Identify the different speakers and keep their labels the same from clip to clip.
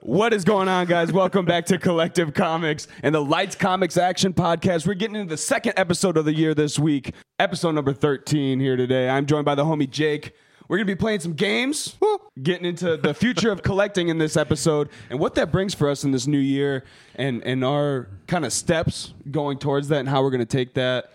Speaker 1: What is going on, guys? Welcome back to Collective Comics and the Lights Comics Action Podcast. We're getting into the second episode of the year this week, episode number 13 here today. I'm joined by the homie Jake. We're going to be playing some games, woo, getting into the future of collecting in this episode and what that brings for us in this new year and, and our kind of steps going towards that and how we're going to take that.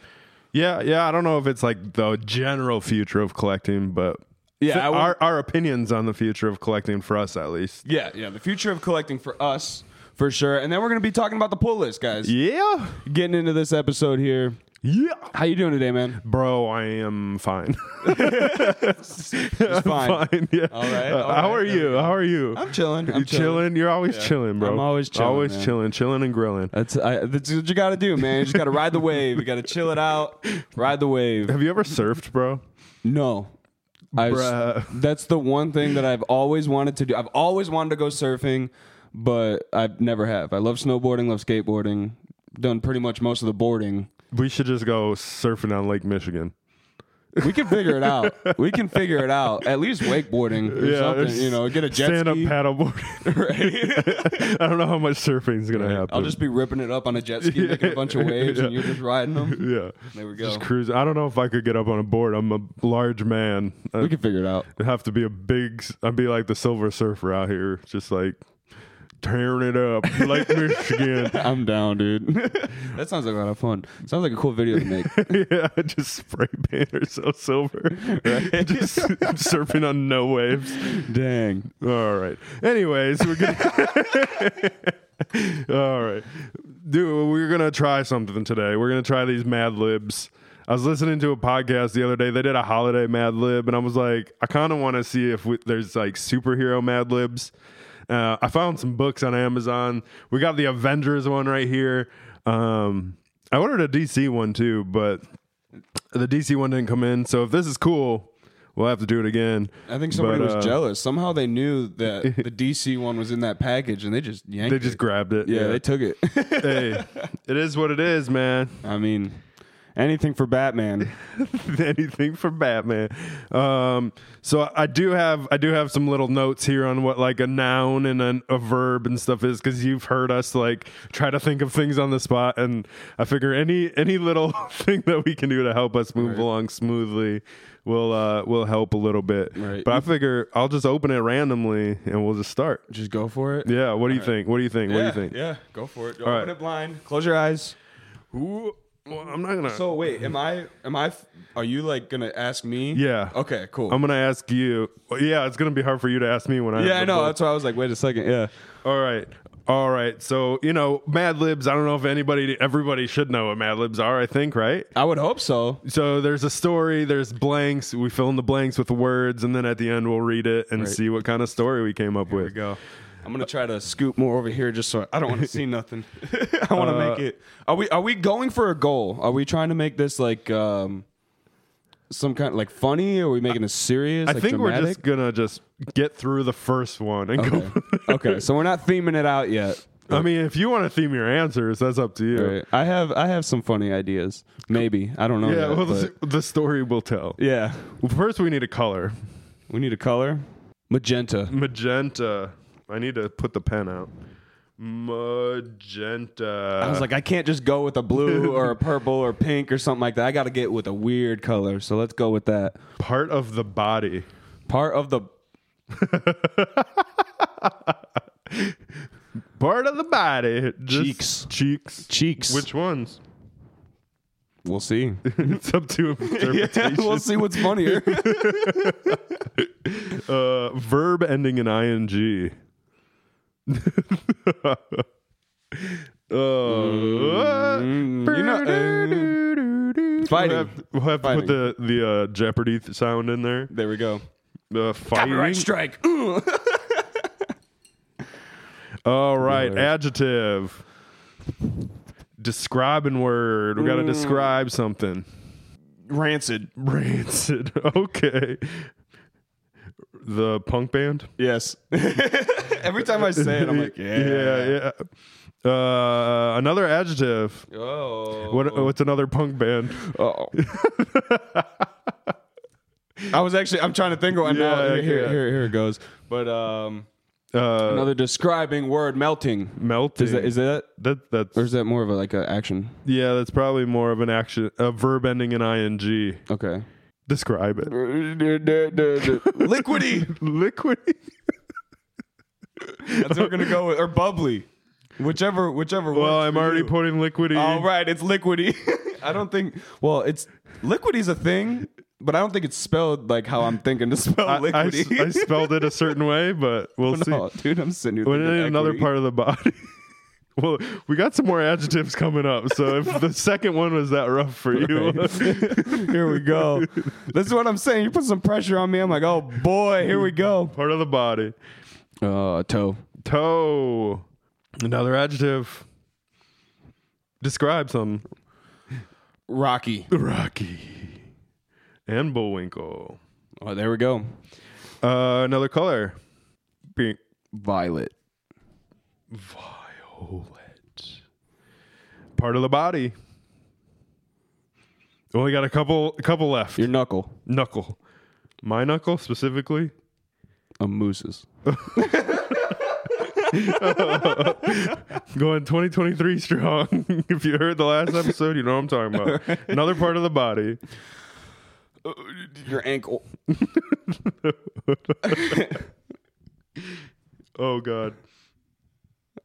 Speaker 2: Yeah, yeah. I don't know if it's like the general future of collecting, but
Speaker 1: Yeah,
Speaker 2: fi-
Speaker 1: I would-
Speaker 2: our our opinions on the future of collecting for us at least.
Speaker 1: Yeah, yeah, the future of collecting for us, for sure. And then we're going to be talking about the pull list, guys.
Speaker 2: Yeah,
Speaker 1: Getting into this episode here.
Speaker 2: yeah.
Speaker 1: How you doing today, man?
Speaker 2: Bro, I am fine.
Speaker 1: It's fine.
Speaker 2: fine. Yeah.
Speaker 1: All right,
Speaker 2: Uh,
Speaker 1: all
Speaker 2: how
Speaker 1: right,
Speaker 2: are you? How are you?
Speaker 1: I'm chilling. I'm
Speaker 2: you chilling. You're always chilling, bro.
Speaker 1: I'm always chilling,
Speaker 2: Always
Speaker 1: man.
Speaker 2: chilling. Chilling and grilling.
Speaker 1: That's I, that's what you got to do, man. You just got to ride the wave. You got to chill it out. Ride the wave.
Speaker 2: Have you ever surfed, bro?
Speaker 1: No. I s-
Speaker 2: Bruh.
Speaker 1: that's the one thing that I've always wanted to do. I've always wanted to go surfing, but I never have. I love snowboarding, love skateboarding. Done pretty much most of the boarding.
Speaker 2: We should just go surfing on Lake Michigan.
Speaker 1: We can figure it out. We can figure it out. At least wakeboarding or something.
Speaker 2: there's
Speaker 1: You know, get a jet
Speaker 2: stand
Speaker 1: ski.
Speaker 2: up paddleboard.
Speaker 1: right?
Speaker 2: I don't know how much surfing's gonna happen.
Speaker 1: I'll just be ripping it up on a jet ski, making a bunch of waves, and you're just riding them.
Speaker 2: yeah.
Speaker 1: There we go.
Speaker 2: Just cruise. I don't know if I could get up on a board. I'm a large man.
Speaker 1: we
Speaker 2: I'd
Speaker 1: can figure it out.
Speaker 2: have to be a big. s- I'd be like the Silver Surfer out here, just like tearing it up like Michigan.
Speaker 1: I'm down, dude. that sounds like a lot of fun. Sounds like a cool video to make.
Speaker 2: yeah, just spray paint ourselves silver. just surfing on no waves.
Speaker 1: Dang.
Speaker 2: All right. Anyways, we're gonna. All right, dude. We're gonna try something today. We're gonna try these Mad Libs. I was listening to a podcast the other day. They did a holiday Mad Lib, and I was like, I kind of want to see if we, there's like superhero Mad Libs. Uh, I found some books on Amazon. We got the Avengers one right here. Um, I ordered a DC one too, but the DC one didn't come in. So if this is cool, we'll have to do it again.
Speaker 1: I think somebody
Speaker 2: But,
Speaker 1: was
Speaker 2: uh,
Speaker 1: jealous. Somehow they knew that the DC one was in that package, and they just yanked.
Speaker 2: They just
Speaker 1: it.
Speaker 2: grabbed it.
Speaker 1: yeah, they took it.
Speaker 2: hey, it is what it is, man.
Speaker 1: I mean, anything for Batman.
Speaker 2: Anything for Batman. Um, so I do have I do have some little notes here on what like a noun and an, a verb and stuff is because you've heard us like try to think of things on the spot, and I figure any any little thing that we can do to help us move along smoothly will uh, will help a little bit.
Speaker 1: Right.
Speaker 2: But I figure I'll just open it randomly and we'll just start.
Speaker 1: Just go for it.
Speaker 2: Yeah. What do you think? What do you think?
Speaker 1: Yeah,
Speaker 2: What do you think?
Speaker 1: Yeah, go for it. Open
Speaker 2: right.
Speaker 1: it blind. Close your eyes.
Speaker 2: Ooh, well, I'm not gonna.
Speaker 1: So wait, am I? Am I? f- Are you like gonna ask me?
Speaker 2: Yeah.
Speaker 1: Okay. Cool.
Speaker 2: I'm gonna ask you. well, yeah, it's gonna be hard for you to ask me when I.
Speaker 1: yeah,
Speaker 2: have
Speaker 1: I
Speaker 2: the
Speaker 1: know.
Speaker 2: book.
Speaker 1: That's why I was like, wait a second. Yeah.
Speaker 2: All right, all right. So you know, Mad Libs. I don't know if anybody, everybody should know what Mad Libs are. I think, right?
Speaker 1: I would hope so.
Speaker 2: So there's a story. There's blanks. We fill in the blanks with words, and then at the end we'll read it and see what kind of story we came up with.
Speaker 1: go. I'm gonna try to scoop more over here just so I don't want to see nothing. I want to
Speaker 2: Uh,
Speaker 1: make it. Are we are we going for a goal? Are we trying to make this like um some kind like funny? Are we making it serious?
Speaker 2: I
Speaker 1: like
Speaker 2: think we're
Speaker 1: dramatic?
Speaker 2: just gonna just get through the first one and go.
Speaker 1: okay. okay, so we're not theming it out yet.
Speaker 2: I mean, if you want to theme your answers, that's up to you.
Speaker 1: All right. I have I have some funny ideas. Maybe I don't know.
Speaker 2: Yeah,
Speaker 1: yet,
Speaker 2: well,
Speaker 1: but-
Speaker 2: the, the story will tell.
Speaker 1: yeah.
Speaker 2: Well, first, we need a color.
Speaker 1: We need a color. Magenta.
Speaker 2: Magenta. I need to put the pen out. Magenta.
Speaker 1: I was like, I can't just go with a blue or a purple or pink or something like that. I got to get with a weird color. So let's go with that.
Speaker 2: part of the body.
Speaker 1: Part of the
Speaker 2: Part of the body. Just
Speaker 1: Cheeks.
Speaker 2: Cheeks.
Speaker 1: cheeks.
Speaker 2: Which ones?
Speaker 1: we'll see.
Speaker 2: it's up to interpretation.
Speaker 1: we'll see what's funnier.
Speaker 2: uh, verb ending in ing. Uh, Mm.
Speaker 1: you know- Fighting.
Speaker 2: We'll have, we'll have to
Speaker 1: Fighting.
Speaker 2: put the the uh, Jeopardy th- sound in there.
Speaker 1: there we go.
Speaker 2: The fighting.
Speaker 1: strike.
Speaker 2: All right,
Speaker 1: Alright.
Speaker 2: adjective. Describing word. We got to
Speaker 1: Mm.
Speaker 2: describe something.
Speaker 1: Rancid.
Speaker 2: Rancid. Okay. the punk band.
Speaker 1: Yes. Every time I say it, I'm like, yeah.
Speaker 2: yeah, yeah. Uh, another adjective.
Speaker 1: Oh.
Speaker 2: What, what's another punk band?
Speaker 1: Oh. I was actually I'm trying to think of one now. Here,
Speaker 2: Yeah,
Speaker 1: here,
Speaker 2: yeah.
Speaker 1: here, here it goes. But um,
Speaker 2: Uh,
Speaker 1: another describing word, melting.
Speaker 2: melting.
Speaker 1: Is that is that
Speaker 2: that that's
Speaker 1: or is that more of a like an action?
Speaker 2: yeah? That's probably more of an action, a verb ending in ing.
Speaker 1: Okay.
Speaker 2: Describe it.
Speaker 1: Liquidy.
Speaker 2: Liquid.
Speaker 1: That's what we're gonna go with, or bubbly, whichever whichever.
Speaker 2: Well,
Speaker 1: works
Speaker 2: I'm
Speaker 1: for
Speaker 2: already
Speaker 1: you.
Speaker 2: putting liquidy.
Speaker 1: All right, it's liquidy. I don't think. Well, it's liquidy's a thing, but I don't think it's spelled like how I'm thinking to spell
Speaker 2: I, I s-
Speaker 1: liquidy. Oh,
Speaker 2: I spelled it a certain way, but we'll see.
Speaker 1: no, dude, I'm sitting here.
Speaker 2: But
Speaker 1: thinking
Speaker 2: it ain't another
Speaker 1: equity.
Speaker 2: part of the body. well, we got some more adjectives coming up. So if the second one was that rough for you,
Speaker 1: here we go. This is what I'm saying. You put some pressure on me. I'm like, oh boy, here we go.
Speaker 2: part of the body.
Speaker 1: Uh, toe.
Speaker 2: Toe. Another adjective. Describe some.
Speaker 1: Rocky.
Speaker 2: Rocky. And Bullwinkle.
Speaker 1: Oh, there we go.
Speaker 2: Uh, another color. Pink.
Speaker 1: Violet.
Speaker 2: Violet. Part of the body. Only got a couple, a couple left.
Speaker 1: Your knuckle.
Speaker 2: knuckle. My knuckle specifically.
Speaker 1: A moose's.
Speaker 2: Going 2023 strong. if you heard the last episode, you know what I'm talking about. Another part of the body.
Speaker 1: Your ankle.
Speaker 2: Oh God.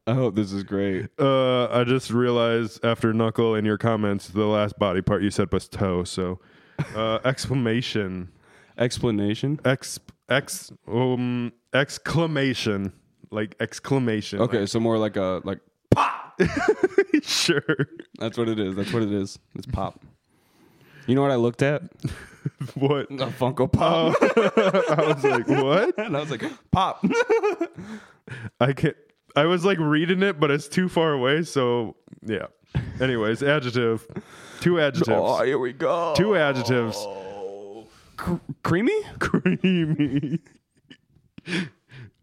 Speaker 1: I hope this is great.
Speaker 2: Uh, I just realized after knuckle in your comments, the last body part you said was toe. So, uh, exclamation,
Speaker 1: Explanation.
Speaker 2: ex, ex, um, exclamation, like exclamation.
Speaker 1: Okay, so more like a like.
Speaker 2: Like, sure.
Speaker 1: That's what it is. That's what it is. It's pop. You know what I looked at?
Speaker 2: What?
Speaker 1: A Funko Pop.
Speaker 2: I was like, what?
Speaker 1: and I was like, pop.
Speaker 2: I can't. I was like reading it, but it's too far away. So yeah. Anyways, adjective. Two adjectives.
Speaker 1: oh, here we go.
Speaker 2: Two adjectives.
Speaker 1: Oh. Cr- creamy?
Speaker 2: Creamy.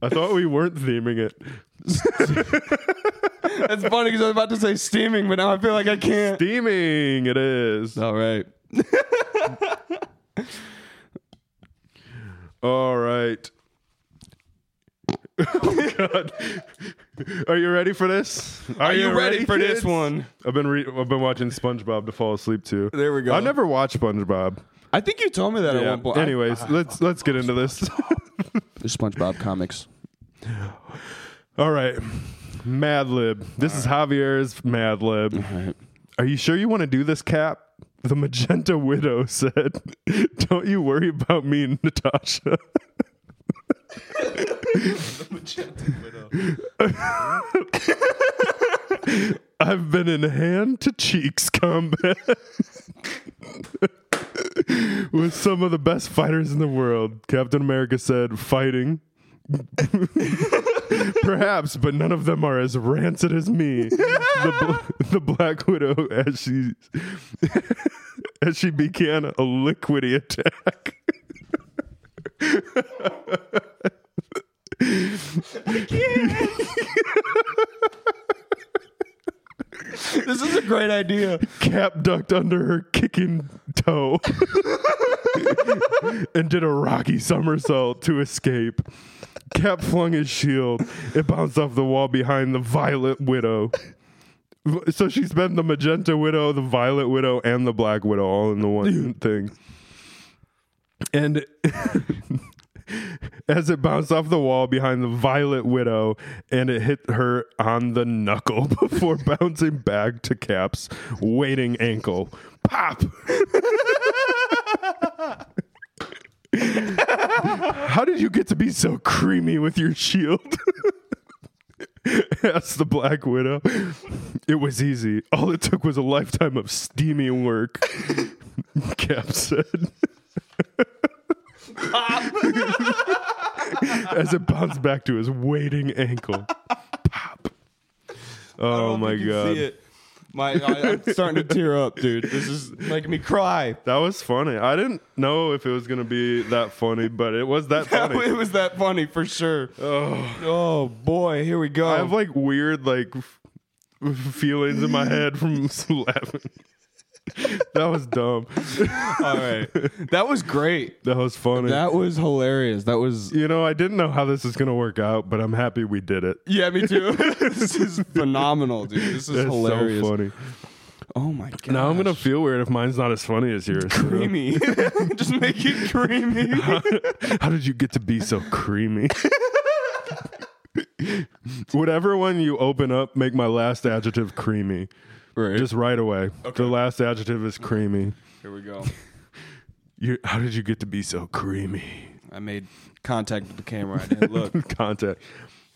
Speaker 2: I thought we weren't theming it.
Speaker 1: That's funny because I was about to say steaming, but now I feel like I can't.
Speaker 2: Theming it is.
Speaker 1: All right.
Speaker 2: All right. Oh, God. Are you ready for this? Are,
Speaker 1: Are you ready, for this
Speaker 2: kids?
Speaker 1: one?
Speaker 2: I've been re- I've been watching SpongeBob to fall asleep to.
Speaker 1: There we go.
Speaker 2: I've never watched SpongeBob.
Speaker 1: I think you told me that at
Speaker 2: Yeah.
Speaker 1: one point.
Speaker 2: Anyways, let's let's get into this.
Speaker 1: the SpongeBob comics.
Speaker 2: All right. Mad Lib. This is Javier's Mad Lib. Are you sure you want to do this, Cap? The magenta widow said, Don't you worry about me, Natasha. I've been in hand to cheeks combat with some of the best fighters in the world. Captain America said, Fighting. Perhaps, but none of them are as rancid as me. the, bl- the Black Widow, as she as she began a liquidy attack.
Speaker 1: This is a great idea.
Speaker 2: Cap ducked under her kicking toe and did a rocky somersault to escape. Cap flung his shield. It bounced off the wall behind the Violet Widow. V- So she's been the Magenta Widow, the Violet Widow, and the Black Widow all in the one thing. And as it bounced off the wall behind the Violet Widow and it hit her on the knuckle before bouncing back to Cap's waiting ankle. Pop! How did you get to be so creamy with your shield? asked the Black Widow. It was easy. All it took was a lifetime of steamy work, Cap said. as it bounced back to his waiting ankle. Pop. Oh my Oh god.
Speaker 1: My, I, I'm starting to tear up, dude. This is making me cry.
Speaker 2: That was funny. I didn't know if it was gonna be that funny, but it was that
Speaker 1: it
Speaker 2: funny.
Speaker 1: was that funny for sure.
Speaker 2: Oh,
Speaker 1: Oh boy, here we go.
Speaker 2: I have like weird like f- f- feelings in my head from laughing. that was dumb.
Speaker 1: All right, that was great.
Speaker 2: That was funny.
Speaker 1: That was hilarious. That was
Speaker 2: you know, I didn't know how this was gonna work out, but I'm happy we did it.
Speaker 1: yeah, me too. this is phenomenal, dude. This is
Speaker 2: That's
Speaker 1: hilarious.
Speaker 2: so funny.
Speaker 1: Oh my god.
Speaker 2: Now I'm gonna feel weird if mine's not as funny as yours.
Speaker 1: creamy. Just make it creamy.
Speaker 2: How did you get to be so creamy? Whatever one you open up, make my last adjective creamy.
Speaker 1: Right.
Speaker 2: Just right away. The last adjective is creamy.
Speaker 1: here we go.
Speaker 2: You, how did you get to be so creamy?
Speaker 1: I made contact with the camera. I didn't look.
Speaker 2: Contact.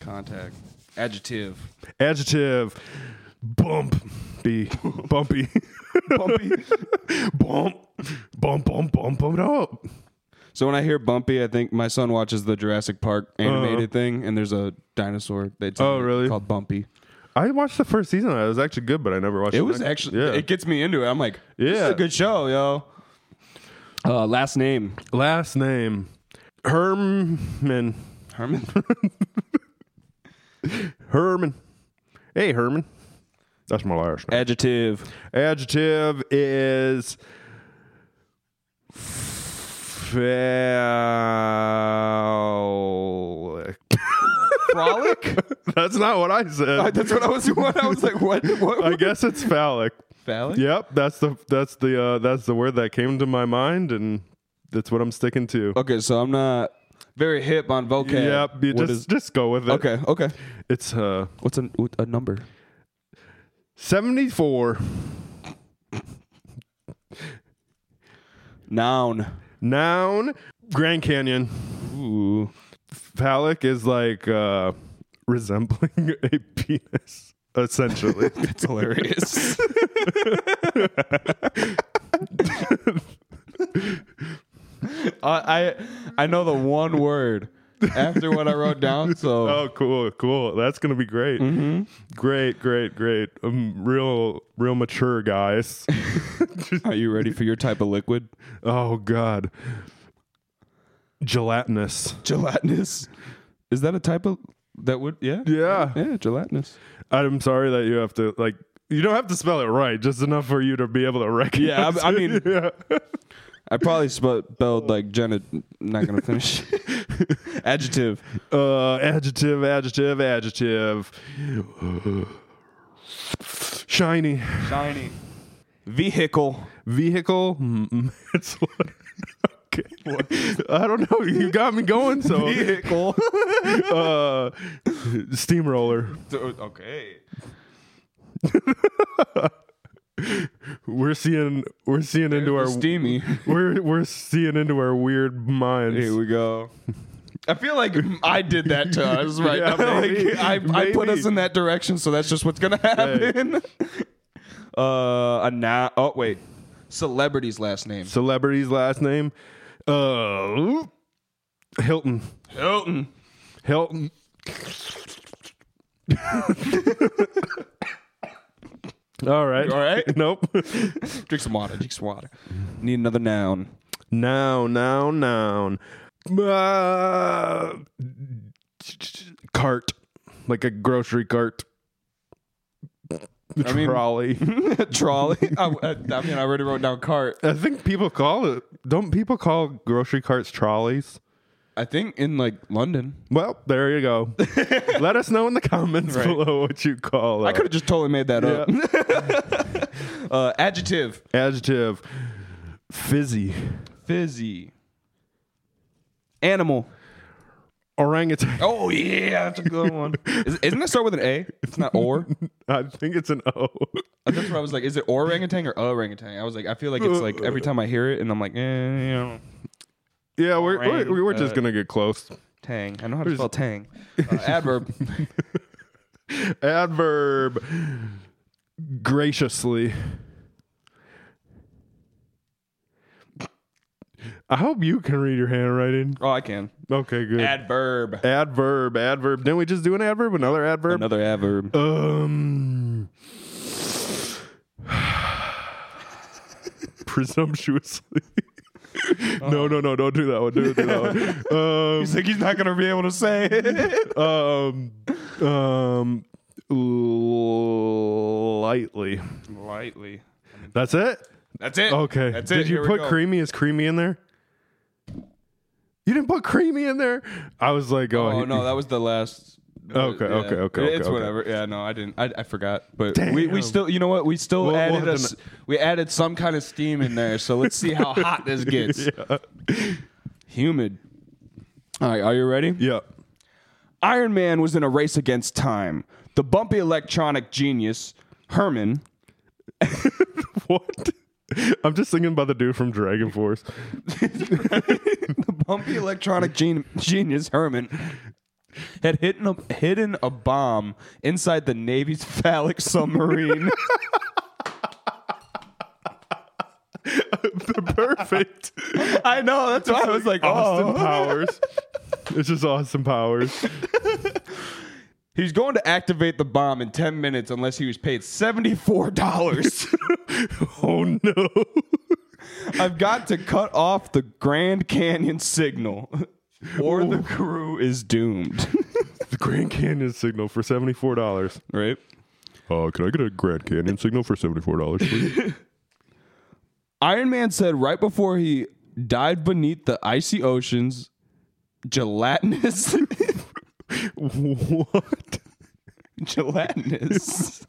Speaker 1: Contact. Adjective.
Speaker 2: Adjective. Bump. B. Bumpy.
Speaker 1: Bumpy.
Speaker 2: bump. Bump, bump, bump, bump it up.
Speaker 1: So when I hear bumpy, I think my son watches the Jurassic Park animated thing, and there's a dinosaur. That's
Speaker 2: Uh-huh. Oh, really?
Speaker 1: Called Bumpy.
Speaker 2: I watched the first season. of that. It was actually good, but I never watched
Speaker 1: It
Speaker 2: the
Speaker 1: was
Speaker 2: next-
Speaker 1: actually.
Speaker 2: Yeah.
Speaker 1: It gets me into it. I'm like, this is
Speaker 2: Yeah.
Speaker 1: a good show, yo. Uh, last name
Speaker 2: Last name Herman.
Speaker 1: Herman.
Speaker 2: Herman. Hey, Herman. That's my last name.
Speaker 1: Adjective.
Speaker 2: Adjective is. Phallic.
Speaker 1: Frolic.
Speaker 2: That's not what I said.
Speaker 1: That's what I was. What I was like. What? What?
Speaker 2: I guess it's phallic.
Speaker 1: Phallic.
Speaker 2: Yep, that's the that's the uh, that's the word that came to my mind, and that's what I'm sticking to.
Speaker 1: Okay, so I'm not very hip on vocab.
Speaker 2: Yep, you
Speaker 1: What
Speaker 2: just
Speaker 1: is-
Speaker 2: just go with it.
Speaker 1: okay. Okay.
Speaker 2: it's uh
Speaker 1: What's a what- a number?
Speaker 2: 74
Speaker 1: Noun.
Speaker 2: noun Grand Canyon.
Speaker 1: Ooh.
Speaker 2: phallic is like uh resembling a penis essentially
Speaker 1: That's hilarious. I I know the one word after what I wrote down. So
Speaker 2: oh cool cool that's gonna be great
Speaker 1: Mm-hmm.
Speaker 2: great great great um, real real mature guys
Speaker 1: are you ready for your type of liquid?
Speaker 2: oh god gelatinous
Speaker 1: Gelatinous. Is that a type of that would yeah
Speaker 2: yeah
Speaker 1: yeah gelatinous.
Speaker 2: i'm sorry that you have to like you don't have to spell it right just enough for you to be able to recognize
Speaker 1: Yeah, I- I
Speaker 2: it.
Speaker 1: mean-
Speaker 2: yeah.
Speaker 1: I probably spe- spelled like Jenna. Not gonna finish. Adjective.
Speaker 2: uh adjective adjective adjective shiny
Speaker 1: Shiny. Vehicle.
Speaker 2: vehicle. Mm-mm. It's what? Okay. I don't know. You got me going. So
Speaker 1: Vehicle.
Speaker 2: uh, steamroller.
Speaker 1: okay.
Speaker 2: We're seeing. We're seeing into our.
Speaker 1: Steamy.
Speaker 2: We're we're seeing into our weird minds.
Speaker 1: Here we go. I feel like I did that to us right
Speaker 2: Yeah,
Speaker 1: now.
Speaker 2: maybe.
Speaker 1: like, I, I put
Speaker 2: Maybe.
Speaker 1: us in that direction, so that's just what's gonna happen. Uh, a now. Oh wait, celebrity's last name
Speaker 2: Celebrity's last name. Uh, Hilton.
Speaker 1: Hilton.
Speaker 2: Hilton. All right.
Speaker 1: all right?
Speaker 2: Nope.
Speaker 1: Drink some water. Drink some water. Need another noun.
Speaker 2: Noun, noun, noun. Uh, cart, like a grocery cart.
Speaker 1: I mean-
Speaker 2: Trolley.
Speaker 1: Trolley. I, I, I mean, I already wrote down cart.
Speaker 2: I think people call it. Don't people call grocery carts trolleys?
Speaker 1: I think in like London.
Speaker 2: Well, there you go. Let us know in the comments
Speaker 1: Right.
Speaker 2: below what you call uh,
Speaker 1: I could have
Speaker 2: it.
Speaker 1: just totally made that up. uh, adjective.
Speaker 2: Adjective. Fizzy.
Speaker 1: Fizzy. Animal.
Speaker 2: Orangutan.
Speaker 1: Oh yeah, that's a good one. Is, isn't it start with an A? It's not or.
Speaker 2: I think it's an O.
Speaker 1: That's where I was like, is it orangutan or orangutan? I was like, I feel like it's like every time I hear it, and I'm like, eh, you know,
Speaker 2: yeah, we're, we're, we're
Speaker 1: Orangutan.
Speaker 2: just going to get close.
Speaker 1: tang. I know how to spell tang. Uh, adverb.
Speaker 2: Adverb graciously. I hope you can read your handwriting.
Speaker 1: Oh, I can.
Speaker 2: Okay, good.
Speaker 1: Adverb.
Speaker 2: adverb, adverb. Didn't we just do an adverb? Another adverb?
Speaker 1: Another adverb.
Speaker 2: Um presumptuously. no, no, no, don't do that one. Don't do that one. Um,
Speaker 1: He's like, he's not gonna be able to say it.
Speaker 2: um, um, lightly.
Speaker 1: Lightly.
Speaker 2: That's it.
Speaker 1: That's it.
Speaker 2: Okay.
Speaker 1: That's it.
Speaker 2: Did you
Speaker 1: Here we
Speaker 2: put
Speaker 1: go.
Speaker 2: creamy as creamy in there? You didn't put creamy in there. I was like, oh,
Speaker 1: Oh
Speaker 2: he-
Speaker 1: no, that was the last.
Speaker 2: Okay,
Speaker 1: yeah.
Speaker 2: okay, okay,
Speaker 1: It's
Speaker 2: okay, okay.
Speaker 1: whatever. Yeah, no, I didn't. I, I forgot. But we, we still, you know what? We still
Speaker 2: We'll- we'll
Speaker 1: added
Speaker 2: have
Speaker 1: us.
Speaker 2: to
Speaker 1: we added some kind of steam in there. So let's see how hot this gets.
Speaker 2: Yeah.
Speaker 1: Humid. All right, are you ready?
Speaker 2: yeah.
Speaker 1: Iron Man was in a race against time. The bumpy electronic genius Herman.
Speaker 2: What? I'm just thinking about the dude from Dragon Force.
Speaker 1: bumpy electronic gen- genius Herman had hidden a, hidden a bomb inside the Navy's phallic submarine.
Speaker 2: the perfect
Speaker 1: I know. That's why I was like,
Speaker 2: Austin
Speaker 1: oh.
Speaker 2: Powers. It's just Austin Powers.
Speaker 1: He's going to activate the bomb in 10 minutes unless he was paid $74.
Speaker 2: Oh no.
Speaker 1: I've got to cut off the Grand Canyon signal or the crew is doomed.
Speaker 2: The Grand Canyon signal for $74.
Speaker 1: right?
Speaker 2: Uh, can I get a Grand Canyon signal for $74, please?
Speaker 1: Iron Man said right before he dived beneath the icy oceans, gelatinous,
Speaker 2: what?
Speaker 1: gelatinous.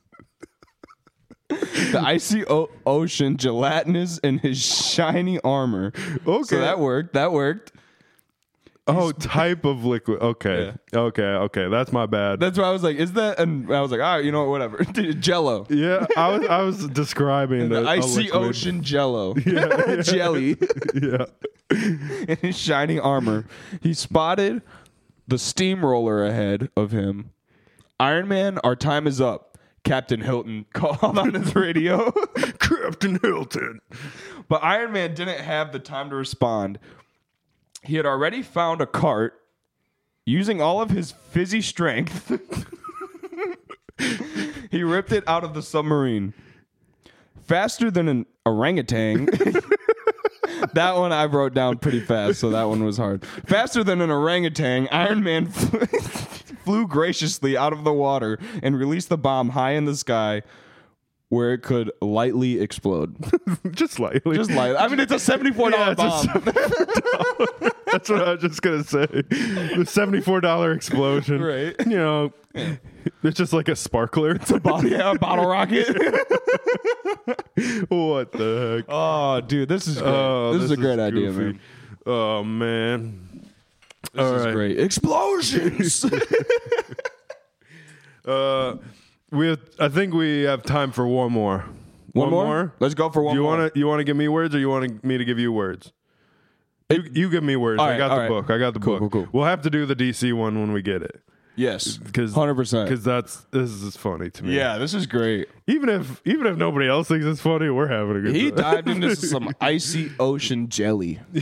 Speaker 1: the icy o- ocean, gelatinous in his shiny armor.
Speaker 2: Okay.
Speaker 1: So that worked. That worked.
Speaker 2: oh, type of liquid. Okay. Okay. Okay. That's my bad.
Speaker 1: That's why I was like, is that? And I was like, all right, you know what, whatever. Jello.
Speaker 2: yeah, I was I was describing the,
Speaker 1: The
Speaker 2: a
Speaker 1: icy
Speaker 2: liquid.
Speaker 1: ocean jello. Jelly
Speaker 2: Yeah.
Speaker 1: in his shiny armor. He spotted the steamroller ahead of him. Iron Man, our time is up. Captain Hilton called on his radio,
Speaker 2: Captain Hilton.
Speaker 1: but Iron Man didn't have the time to respond. He had already found a cart using all of his fizzy strength. he ripped it out of the submarine. Faster than an orangutan. that one I wrote down pretty fast, so that one was hard. Faster than an orangutan, Iron Man fl- flew graciously out of the water and released the bomb high in the sky where it could lightly explode.
Speaker 2: Just lightly.
Speaker 1: Just lightly. I mean, it's a $74
Speaker 2: Yeah, it's a
Speaker 1: bomb.
Speaker 2: That's what I was just gonna say. The seventy-four dollar explosion.
Speaker 1: Right.
Speaker 2: You know, it's just like a sparkler.
Speaker 1: bottle, yeah, a bottle rocket.
Speaker 2: what the heck?
Speaker 1: oh, dude, this is great.
Speaker 2: Oh,
Speaker 1: this, is a great idea,
Speaker 2: goofy.
Speaker 1: man.
Speaker 2: Oh man.
Speaker 1: This
Speaker 2: All
Speaker 1: is
Speaker 2: right.
Speaker 1: great. Explosions.
Speaker 2: Uh, we have, I think we have time for one more.
Speaker 1: one more? Let's go for
Speaker 2: Do
Speaker 1: one
Speaker 2: you
Speaker 1: more.
Speaker 2: want to you want to give me words or you want me to give you words? You, you give me words.
Speaker 1: All
Speaker 2: I
Speaker 1: right,
Speaker 2: got
Speaker 1: all
Speaker 2: the
Speaker 1: right.
Speaker 2: book. I got the book.
Speaker 1: cool, cool.
Speaker 2: We'll have to do the DC one when we get it
Speaker 1: Yes.
Speaker 2: because
Speaker 1: 100%.
Speaker 2: because that's this is funny to me.
Speaker 1: Yeah, this is great.
Speaker 2: Even if even if nobody else thinks it's funny, we're having a good
Speaker 1: He
Speaker 2: time.
Speaker 1: dived into some icy ocean jelly.
Speaker 2: yeah,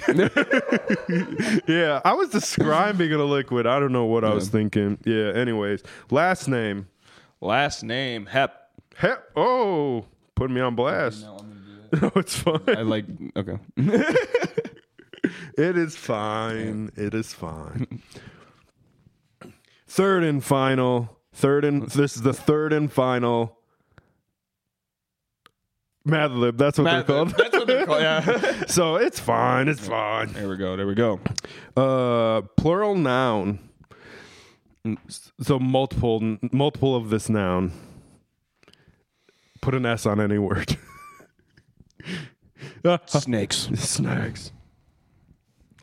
Speaker 2: I was describing a liquid. I don't know what I was thinking. Yeah. Anyways, last name.
Speaker 1: Last name Hep.
Speaker 2: Hep. Oh, put me on blast.
Speaker 1: I'm gonna do
Speaker 2: No, it's fine.
Speaker 1: I like okay.
Speaker 2: It is fine. It is fine. Third and final. Third and this is the third and final. Mad Lib. That's what they're called.
Speaker 1: That's what they're called. Yeah.
Speaker 2: So it's fine. It's fine.
Speaker 1: there we go. There we go.
Speaker 2: Uh, plural noun. So multiple, multiple of this noun. Put an S on any word.
Speaker 1: Snakes.
Speaker 2: Snacks.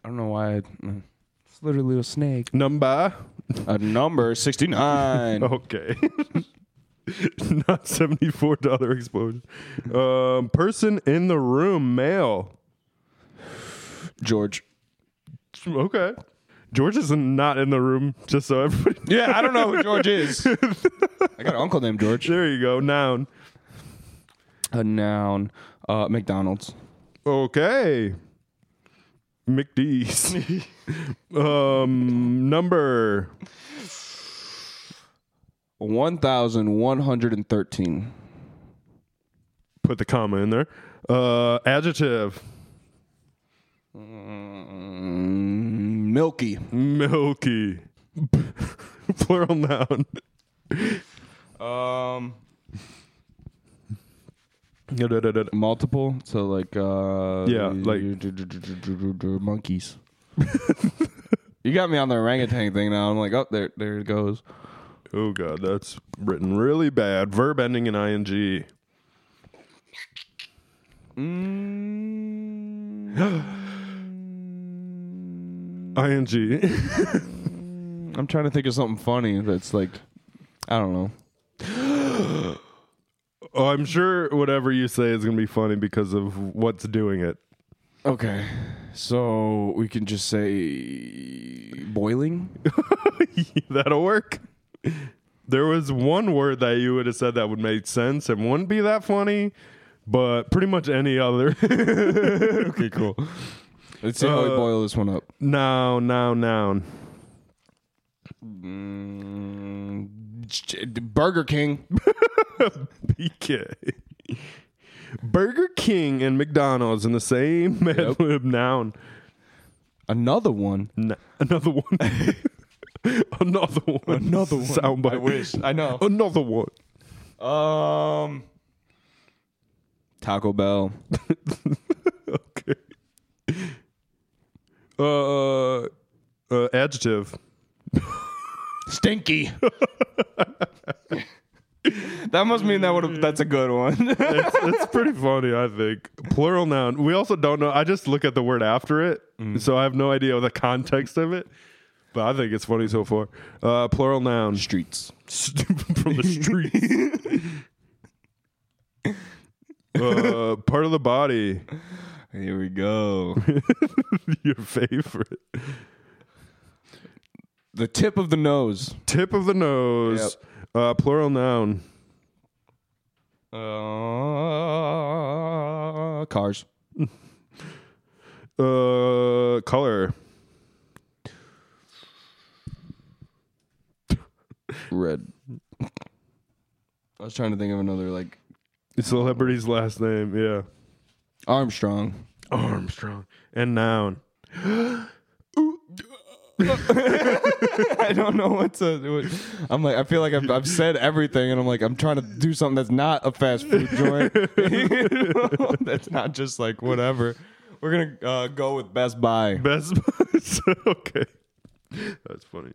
Speaker 1: I don't know why. I, it's literally a snake.
Speaker 2: Number.
Speaker 1: A number sixty nine.
Speaker 2: Okay. Not seventy-four dollar explosion. Um, person in the room, male.
Speaker 1: George.
Speaker 2: Okay. George is not in the room. Just so everybody.
Speaker 1: Yeah, I don't know who George is. I got an uncle named George.
Speaker 2: There you go. Noun.
Speaker 1: A noun. Uh, McDonald's.
Speaker 2: Okay. McDee's. um, number.
Speaker 1: One thousand one hundred and thirteen.
Speaker 2: Put the comma in there. Uh, adjective.
Speaker 1: Mm, Milky.
Speaker 2: Milky. Plural noun.
Speaker 1: Um,
Speaker 2: Da-da-da-da.
Speaker 1: multiple. So like, uh,
Speaker 2: Yeah, like-
Speaker 1: monkeys. you got me on the orangutan thing now. I'm like, oh, there, there it goes.
Speaker 2: Oh god, that's written really bad. Verb ending in ing.
Speaker 1: Mm.
Speaker 2: Ing.
Speaker 1: I'm trying to think of something funny that's like, I don't know.
Speaker 2: oh, I'm sure whatever you say is gonna be funny because of what's doing it.
Speaker 1: Okay, so we can just say boiling.
Speaker 2: That'll work. There was one word that you would have said that would make sense and wouldn't be that funny, but pretty much any other.
Speaker 1: okay, cool. Let's see how we
Speaker 2: Uh,
Speaker 1: boil this one up.
Speaker 2: noun, noun, noun.
Speaker 1: Mm, j- j- Burger King.
Speaker 2: BK. Burger King and McDonald's in the same Mad
Speaker 1: Yep.
Speaker 2: Lib noun.
Speaker 1: Another one.
Speaker 2: N- another one. another one. Soundbite.
Speaker 1: I wish. I know.
Speaker 2: Another one.
Speaker 1: Um, Taco Bell.
Speaker 2: Okay. Uh, uh adjective.
Speaker 1: Stinky. that must mean that would. That's a good one.
Speaker 2: It's, it's pretty funny, I think. Plural noun. We also don't know. I just look at the word after it,
Speaker 1: Mm.
Speaker 2: so I have no idea the context of it. But I think it's funny so far. Uh, plural noun.
Speaker 1: Streets.
Speaker 2: from the street. uh, part of the body,
Speaker 1: Here we go.
Speaker 2: your favorite.
Speaker 1: the tip of the nose.
Speaker 2: Tip of the nose, uh, plural noun.
Speaker 1: Uh, cars.
Speaker 2: Uh, color,
Speaker 1: Red. I was trying to think of another like
Speaker 2: celebrity's last name. Yeah,
Speaker 1: Armstrong.
Speaker 2: Armstrong and noun.
Speaker 1: I don't know what to. do. I'm like, I feel like I've, I've said everything, and I'm like, I'm trying to do something that's not a fast food joint. that's not just like whatever. We're gonna uh, go with Best Buy.
Speaker 2: Best. Buy. okay, that's funny.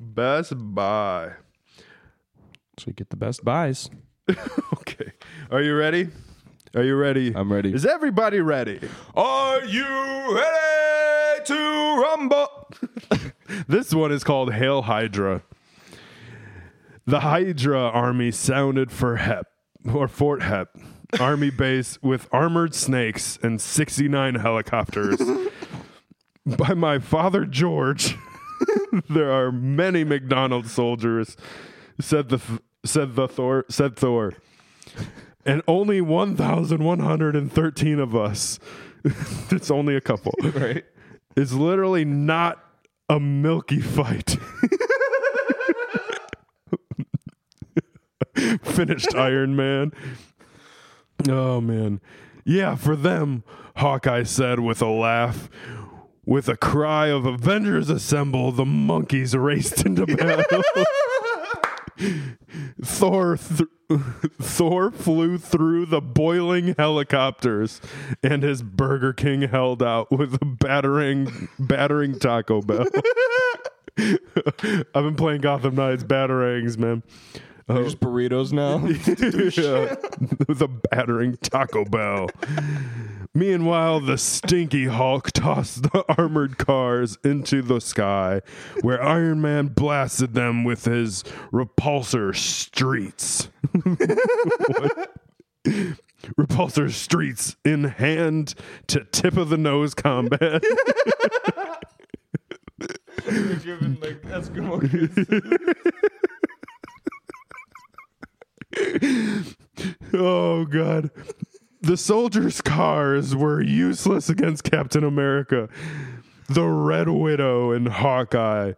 Speaker 2: Best Buy.
Speaker 1: So we get the Best Buys.
Speaker 2: Okay, are you ready? Are you ready?
Speaker 1: I'm ready.
Speaker 2: Is everybody ready?
Speaker 1: Are you ready to rumble?
Speaker 2: This one is called Hail Hydra. The Hydra army sounded for Hep or Fort Hep army base with armored snakes and 69 helicopters. By my father George, there are many McDonald's soldiers, said the th- said the Thor said Thor. And only 1113 of us. it's only a couple.
Speaker 1: Right.
Speaker 2: It's literally not a milky fight. Finished Iron Man. Oh man. Yeah, for them, Hawkeye said with a laugh. With a cry of Avengers assemble, the monkeys raced into battle. Thor th- Thor flew through the boiling helicopters, and his Burger King held out with a battering battering Taco Bell. I've been playing Gotham Knights batarangs, man.
Speaker 1: They're just burritos now.
Speaker 2: Yeah. with a battering Taco Bell. Meanwhile, the stinky Hulk tossed the armored cars into the sky, where Iron Man blasted them with his repulsor streets. What? repulsor streets in hand to tip of the nose combat.
Speaker 1: Giving, like, Eskimo
Speaker 2: Oh god. The soldiers' cars were useless against Captain America, the Red Widow, and Hawkeye.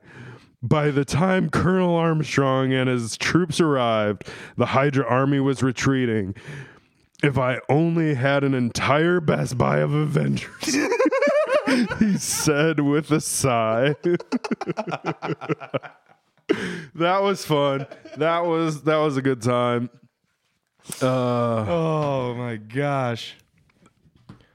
Speaker 2: By the time Colonel Armstrong and his troops arrived, the Hydra army was retreating. If I only had an entire Best Buy of Avengers, he said with a sigh. that was fun. That was that was a good time. Uh,
Speaker 3: Oh my gosh.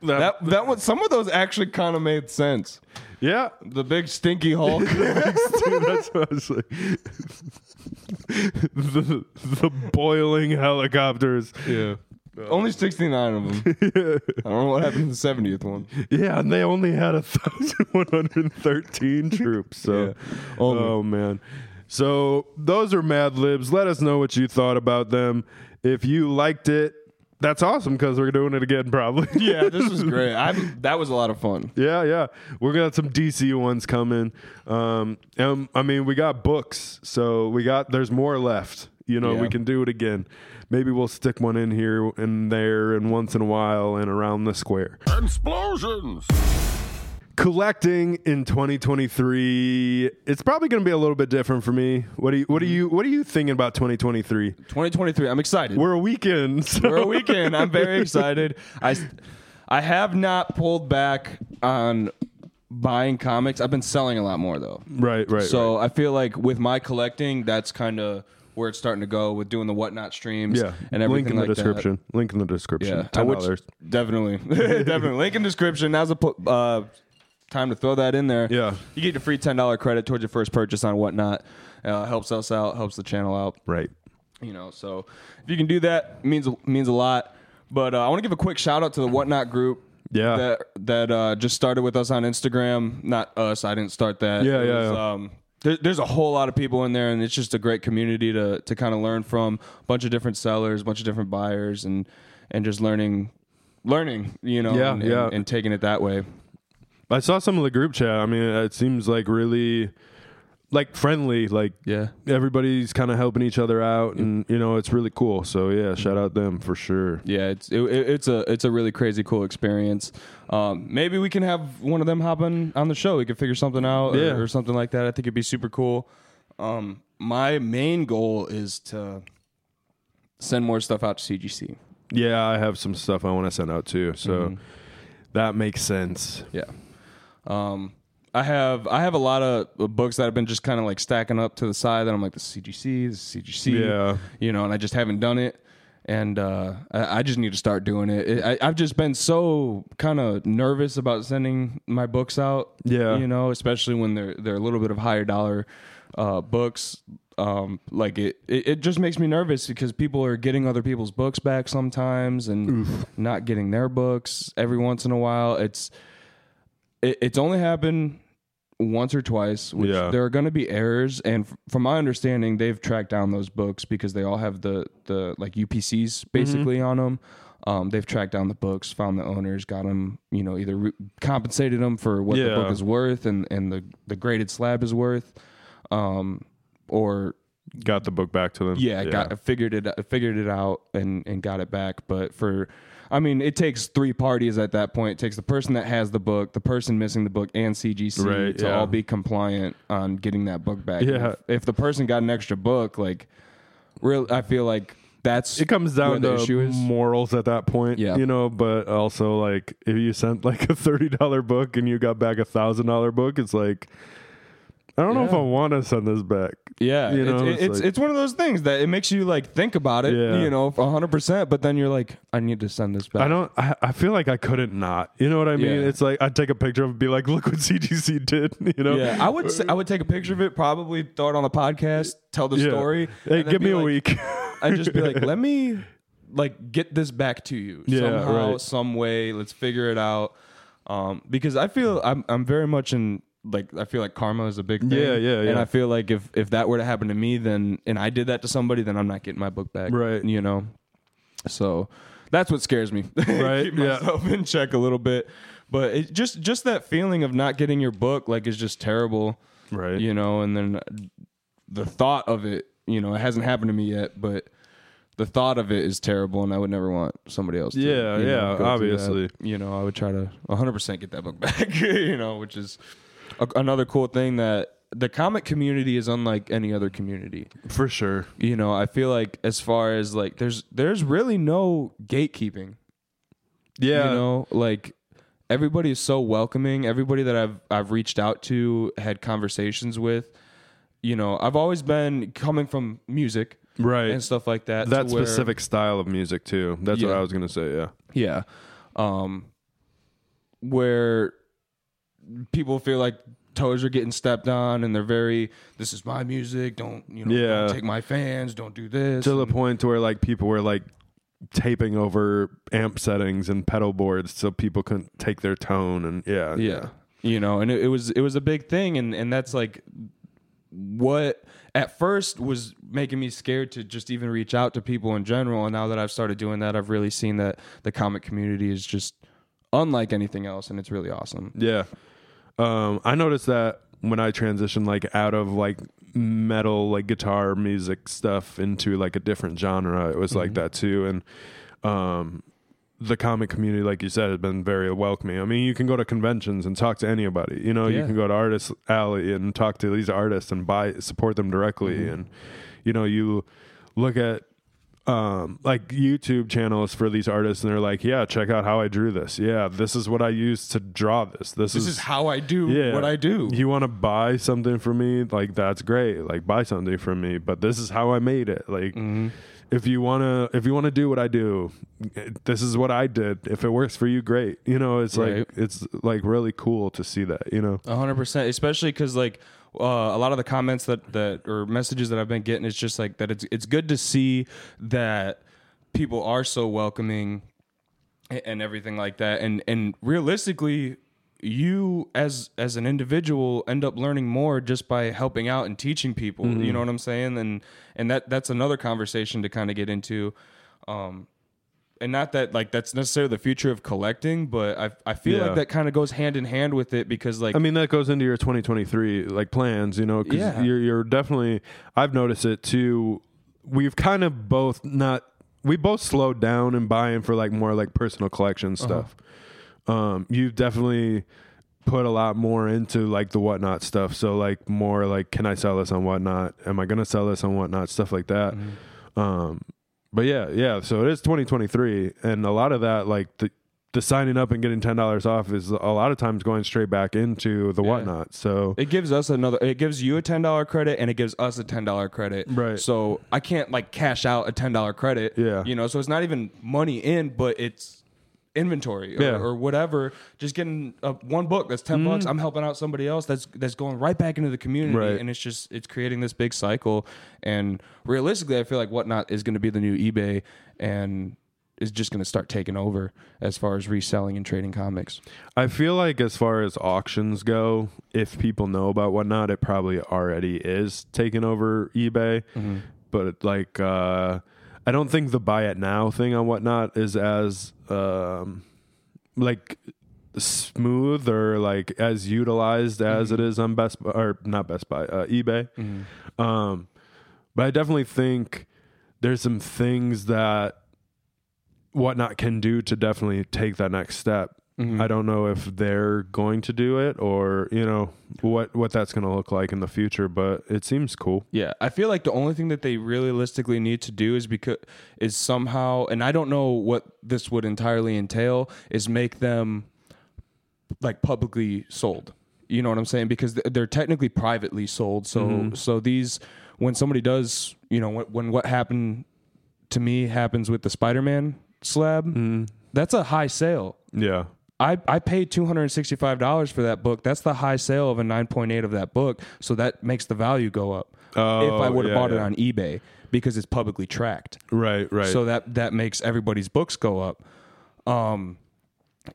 Speaker 2: that,
Speaker 1: That that was some of those actually kind of made sense.
Speaker 2: yeah,
Speaker 1: The big stinky Hulk.
Speaker 2: Dude, that's what I was like. the, the boiling helicopters.
Speaker 1: yeah. Only 69 of them. I don't know what happened to the 70th one.
Speaker 2: Yeah, and they only had a thousand one hundred thirteen troops. So,
Speaker 1: only.
Speaker 2: oh man. So those are Mad Libs. Let us know what you thought about them. If you liked it, that's awesome because we're doing it again probably.
Speaker 1: Yeah, this was great. I that was a lot of fun.
Speaker 2: Yeah, yeah. We're gonna have some DC ones coming. Um, um, I mean, we got books, so we got there's more left. You know,
Speaker 1: Yeah.
Speaker 2: we can do it again. Maybe we'll stick one in here and there and once in a while and around the square.
Speaker 4: Explosions!
Speaker 2: Collecting in 2023, it's probably going to be a little bit different for me. What do you what do you what are you thinking about 2023?
Speaker 1: 2023. I'm excited.
Speaker 2: We're a weekend. so-
Speaker 1: We're a weekend. I'm very excited. I s- I have not pulled back on buying comics. I've been selling a lot more though.
Speaker 2: Right, right. right.
Speaker 1: So I feel like with my collecting, that's kind of where it's starting to go with doing the whatnot streams
Speaker 2: yeah.
Speaker 1: and everything
Speaker 2: Link in
Speaker 1: like
Speaker 2: the
Speaker 1: that.
Speaker 2: description. Link in the description.
Speaker 1: Yeah, I
Speaker 2: Ten
Speaker 1: would-
Speaker 2: dollars.
Speaker 1: definitely, definitely. Link in description. Now's the pl- uh, time to throw that in there.
Speaker 2: Yeah.
Speaker 1: you get your free ten dollar credit towards your first purchase on whatnot. Uh, helps us out, helps the channel out.
Speaker 2: Right.
Speaker 1: You know, so if you can do that, means means a lot. But uh, I want to give a quick shout out to the whatnot group.
Speaker 2: Yeah.
Speaker 1: that that uh, just started with us on Instagram. Not us. I didn't start that.
Speaker 2: Yeah,
Speaker 1: It
Speaker 2: yeah,
Speaker 1: was,
Speaker 2: yeah.
Speaker 1: Um, there, there's a whole lot of people in there, and it's just a great community to to kind of learn from. A bunch of different sellers, a bunch of different buyers, and and just learning, learning. You know,
Speaker 2: Yeah,
Speaker 1: and,
Speaker 2: yeah.
Speaker 1: And, and taking it that way.
Speaker 2: I saw some of the group chat. I mean, it seems like really like friendly, like
Speaker 1: Yeah.
Speaker 2: everybody's kind of helping each other out and you know, it's really cool. So yeah, shout out them for sure.
Speaker 1: Yeah, it's it, it- it's a it's a really crazy cool experience. Um, maybe we can have one of them hop on on the show. We could figure something out or,
Speaker 2: Yeah.
Speaker 1: or something like that. I think it'd be super cool. Um, my main goal is to send more stuff out to CGC.
Speaker 2: Yeah, I have some stuff I want to send out too.
Speaker 1: Mm-hmm.
Speaker 2: So that makes sense.
Speaker 1: Yeah. Um, I have I have a lot of books that have been just kind of like stacking up to the side that I'm like this is CGC, this is CGC,
Speaker 2: Yeah.
Speaker 1: you know, and I just haven't done it, and uh, I, I just need to start doing it. it I, I've just been so kind of nervous about sending my books out,
Speaker 2: Yeah.
Speaker 1: you know, especially when they're they're a little bit of higher dollar uh, books. Um, like it, it, it just makes me nervous because people are getting other people's books back sometimes and not getting their books every once in a while. It's it, it's only happened once or twice which
Speaker 2: Yeah.
Speaker 1: there are going to be errors and f- from my understanding they've tracked down those books because they all have the the like upcs
Speaker 2: Mm-hmm.
Speaker 1: basically on them um, they've tracked down the books found the owners got them you know either re- compensated them for what the
Speaker 2: Yeah.
Speaker 1: book is worth and and the the graded slab is worth um or
Speaker 2: Got the book back to them.
Speaker 1: yeah, got figured it figured it out and and got it back. But for, I mean, it takes three parties at that point. It takes the person that has the book, the person missing the book, and CGC
Speaker 2: Right,
Speaker 1: to
Speaker 2: yeah.
Speaker 1: all be compliant on getting that book back.
Speaker 2: Yeah.
Speaker 1: If, if the person got an extra book, like, real, I feel like that's
Speaker 2: It comes
Speaker 1: where
Speaker 2: down
Speaker 1: the
Speaker 2: to
Speaker 1: issue is.
Speaker 2: morals at that point,
Speaker 1: Yeah.
Speaker 2: you know. But also, like, if you sent like a thirty dollar book and you got back a thousand dollar book, it's like, I don't know if
Speaker 1: Yeah.
Speaker 2: I want to send this back.
Speaker 1: Yeah,
Speaker 2: You
Speaker 1: it-
Speaker 2: know,
Speaker 1: it-
Speaker 2: it's
Speaker 1: it's it's,
Speaker 2: like-
Speaker 1: one of those things that it makes you like think about it,
Speaker 2: Yeah.
Speaker 1: you know, hundred percent. But then you're like, I need to send this back.
Speaker 2: I don't. I, I feel like I couldn't not. You know what I mean?
Speaker 1: Yeah.
Speaker 2: It's like I'd take a picture of it and be like, "Look what CGC did." You know?
Speaker 1: Yeah, I would say, I would take a picture of it, probably throw it on the podcast, tell the
Speaker 2: Yeah.
Speaker 1: story.
Speaker 2: Hey,
Speaker 1: and then
Speaker 2: give me
Speaker 1: be
Speaker 2: a
Speaker 1: like-
Speaker 2: week.
Speaker 1: I'd just be like, let me like get this back to you
Speaker 2: Yeah,
Speaker 1: somehow,
Speaker 2: right.
Speaker 1: some way. Let's figure it out. Um, because I feel I'm I'm very much in like I feel like karma is a big thing.
Speaker 2: Yeah, yeah,
Speaker 1: And
Speaker 2: yeah.
Speaker 1: I feel like if if that were to happen to me, then and I did that to somebody, then I'm not getting my book back.
Speaker 2: Right.
Speaker 1: You know. So that's what scares me.
Speaker 2: Right,
Speaker 1: Keep
Speaker 2: yeah.
Speaker 1: myself in check a little bit. But it just just that feeling of not getting your book like is just terrible.
Speaker 2: Right.
Speaker 1: You know, and then the thought of it, you know, it hasn't happened to me yet, but the thought of it is terrible and I would never want somebody else to
Speaker 2: Yeah,
Speaker 1: you know,
Speaker 2: yeah,
Speaker 1: go through
Speaker 2: obviously.
Speaker 1: that. You know, I would try to 100% get that book back, you know, which is a, another cool thing that the comic community is unlike any other community.
Speaker 2: for sure.
Speaker 1: You know, I feel like as far as like there's there's really no gatekeeping.
Speaker 2: Yeah,
Speaker 1: You know, like everybody is so welcoming. Everybody that I've I've reached out to, had conversations with, you know, I've always been coming from music
Speaker 2: right.
Speaker 1: and stuff like that. to
Speaker 2: that
Speaker 1: where-
Speaker 2: specific style of music too. That's what
Speaker 1: Yeah.
Speaker 2: I was gonna say. Yeah,
Speaker 1: Yeah. Um where people feel like toes are getting stepped on and they're very this is my music, don't you know
Speaker 2: Yeah.
Speaker 1: don't take my fans, don't do this.
Speaker 2: to the point to where like people were like taping over amp settings and pedal boards so people couldn't take their tone and yeah,
Speaker 1: yeah. You know, and it, it was it was a big thing and and that's like what at first was making me scared to just even reach out to people in general and now that I've started doing that I've really seen that the comic community is just unlike anything else and it's really awesome.
Speaker 2: Yeah. Um, I noticed that when I transitioned like out of like metal like guitar music stuff into like a different genre, it was like that too. And um the comic community, like you said, has been very welcoming. I mean, you can go to conventions and talk to anybody. You know, you
Speaker 1: Yeah.
Speaker 2: can go to Artist Alley and talk to these artists and buy support them directly. And you know, you look at um, like YouTube channels for these artists, and they're like, "Yeah, check out how I drew this. Yeah, this is what I used to draw this. This,
Speaker 1: This is how I do
Speaker 2: yeah,
Speaker 1: what I do.
Speaker 2: You want to buy something from me? Like that's great. Like buy something from me, but this is how I made it. Like
Speaker 1: Mm-hmm.
Speaker 2: if you want to if you want to do what I do, this is what I did. If it works for you, great. You know, it's
Speaker 1: Right.
Speaker 2: like it's like really cool to see that, you know.
Speaker 1: A hundred percent, especially because like uh, a lot of the comments that that or messages that I've been getting, it's just like that. It's it's good to see that people are so welcoming a- and everything like that. And and realistically, you as as an individual end up learning more just by helping out and teaching people.
Speaker 2: Mm-hmm.
Speaker 1: You know what I'm saying? And and that that's another conversation to kind of get into. Um, and not that like that's necessarily the future of collecting, but I I feel
Speaker 2: Yeah.
Speaker 1: like that kind of goes hand in hand with it because like
Speaker 2: I mean, that goes into your 2023 like plans, you know, because
Speaker 1: Yeah.
Speaker 2: you're, you're definitely, I've noticed it too. We've kind of both not, we both slowed down and buying for like more like personal collection stuff. Um, you've definitely put a lot more into like the whatnot stuff. So like more like, can I sell this on whatnot? Am I going to sell this on whatnot? Stuff like that. Um, but yeah, yeah. So it is 2023, and a lot of that, like the the signing up and getting ten dollars off, is a lot of times going straight back into the whatnot. So
Speaker 1: It gives us another. It gives you a ten dollar credit, and it gives us a ten dollar credit.
Speaker 2: Right.
Speaker 1: So I can't like cash out a ten dollar credit.
Speaker 2: Yeah.
Speaker 1: You know, so it's not even money in, but it's inventory or,
Speaker 2: Yeah. Mm-hmm.
Speaker 1: or whatever. Just getting uh, one book that's 10 bucks. I'm helping out somebody else. That's that's going right back into the community,
Speaker 2: Right.
Speaker 1: and it's just it's creating this big cycle. And realistically, I feel like whatnot is going to be the new eBay, and is just going to start taking over as far as reselling and trading comics.
Speaker 2: I feel like as far as auctions go, if people know about whatnot, it probably already is taking over eBay. But like, uh, I don't think the buy it now thing on whatnot is as um, like smooth or like as utilized as it is on Best Buy or not Best Buy, uh, eBay. Um, but I definitely think there's some things that whatnot can do to definitely take that next step. I don't know if they're going to do it or you know what what that's going to look like in the future, but it seems cool.
Speaker 1: Yeah, I feel like the only thing that they realistically need to do is because is somehow, and I don't know what this would entirely entail, is make them like publicly sold. You know what I'm saying? Because th- they're technically privately sold. So so these when somebody does, you know, when, when what happened to me happens with the Spider-Man slab, that's a high sale.
Speaker 2: Yeah,
Speaker 1: I, I paid two hundred and sixty five dollars for that book. That's the high sale of a nine point eight of that book. So that makes the value go up.
Speaker 2: Oh,
Speaker 1: if I would have
Speaker 2: yeah,
Speaker 1: bought it
Speaker 2: yeah.
Speaker 1: on eBay because it's publicly tracked.
Speaker 2: right, right.
Speaker 1: So that that makes everybody's books go up. Um,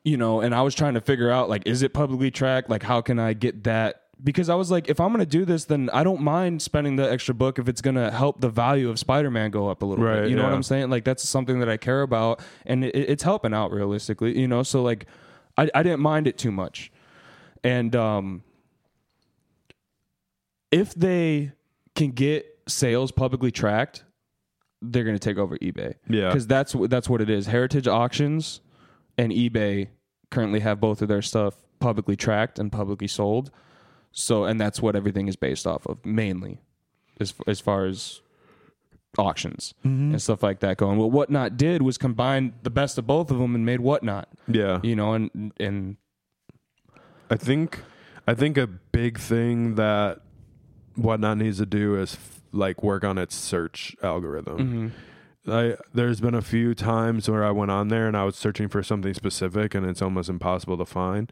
Speaker 1: you know, and I was trying to figure out like, is it publicly tracked? Like, how can I get that? Because I was like, if I'm gonna do this, then I don't mind spending the extra book if it's gonna help the value of Spider-Man go up a little
Speaker 2: Right,
Speaker 1: bit. You know what
Speaker 2: yeah.
Speaker 1: I'm saying? Like, that's something that I care about, and it, it's helping out realistically. You know, so like, I I didn't mind it too much, and um if they can get sales publicly tracked, they're going to take over eBay.
Speaker 2: Yeah.
Speaker 1: because that's wh- that's what it is. Heritage Auctions and eBay currently have both of their stuff publicly tracked and publicly sold. So, and that's what everything is based off of mainly, as as far as auctions
Speaker 2: Mm-hmm.
Speaker 1: and stuff like that going. What Whatnot did was combine the best of both of them and made Whatnot.
Speaker 2: Yeah.
Speaker 1: You know, and and
Speaker 2: I think I think a big thing that whatnot needs to do is f- like work on its search algorithm. I, there's been a few times where I went on there and I was searching for something specific and it's almost impossible to find.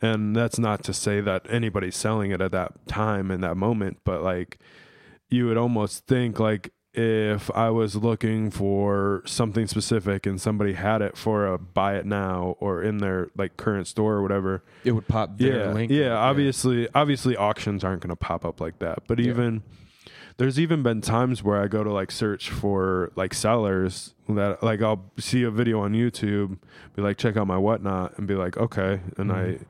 Speaker 2: And that's not to say that anybody's selling it at that time in that moment, but like you would almost think like if I was looking for something specific and somebody had it for a buy it now or in their like current store or whatever,
Speaker 1: it would pop their
Speaker 2: yeah,
Speaker 1: link.
Speaker 2: Yeah, obviously, obviously, auctions aren't going to pop up like that. But even there's even been times where I go to like search for like sellers that like I'll see a video on YouTube, be like, check out my whatnot, and be like, okay, and I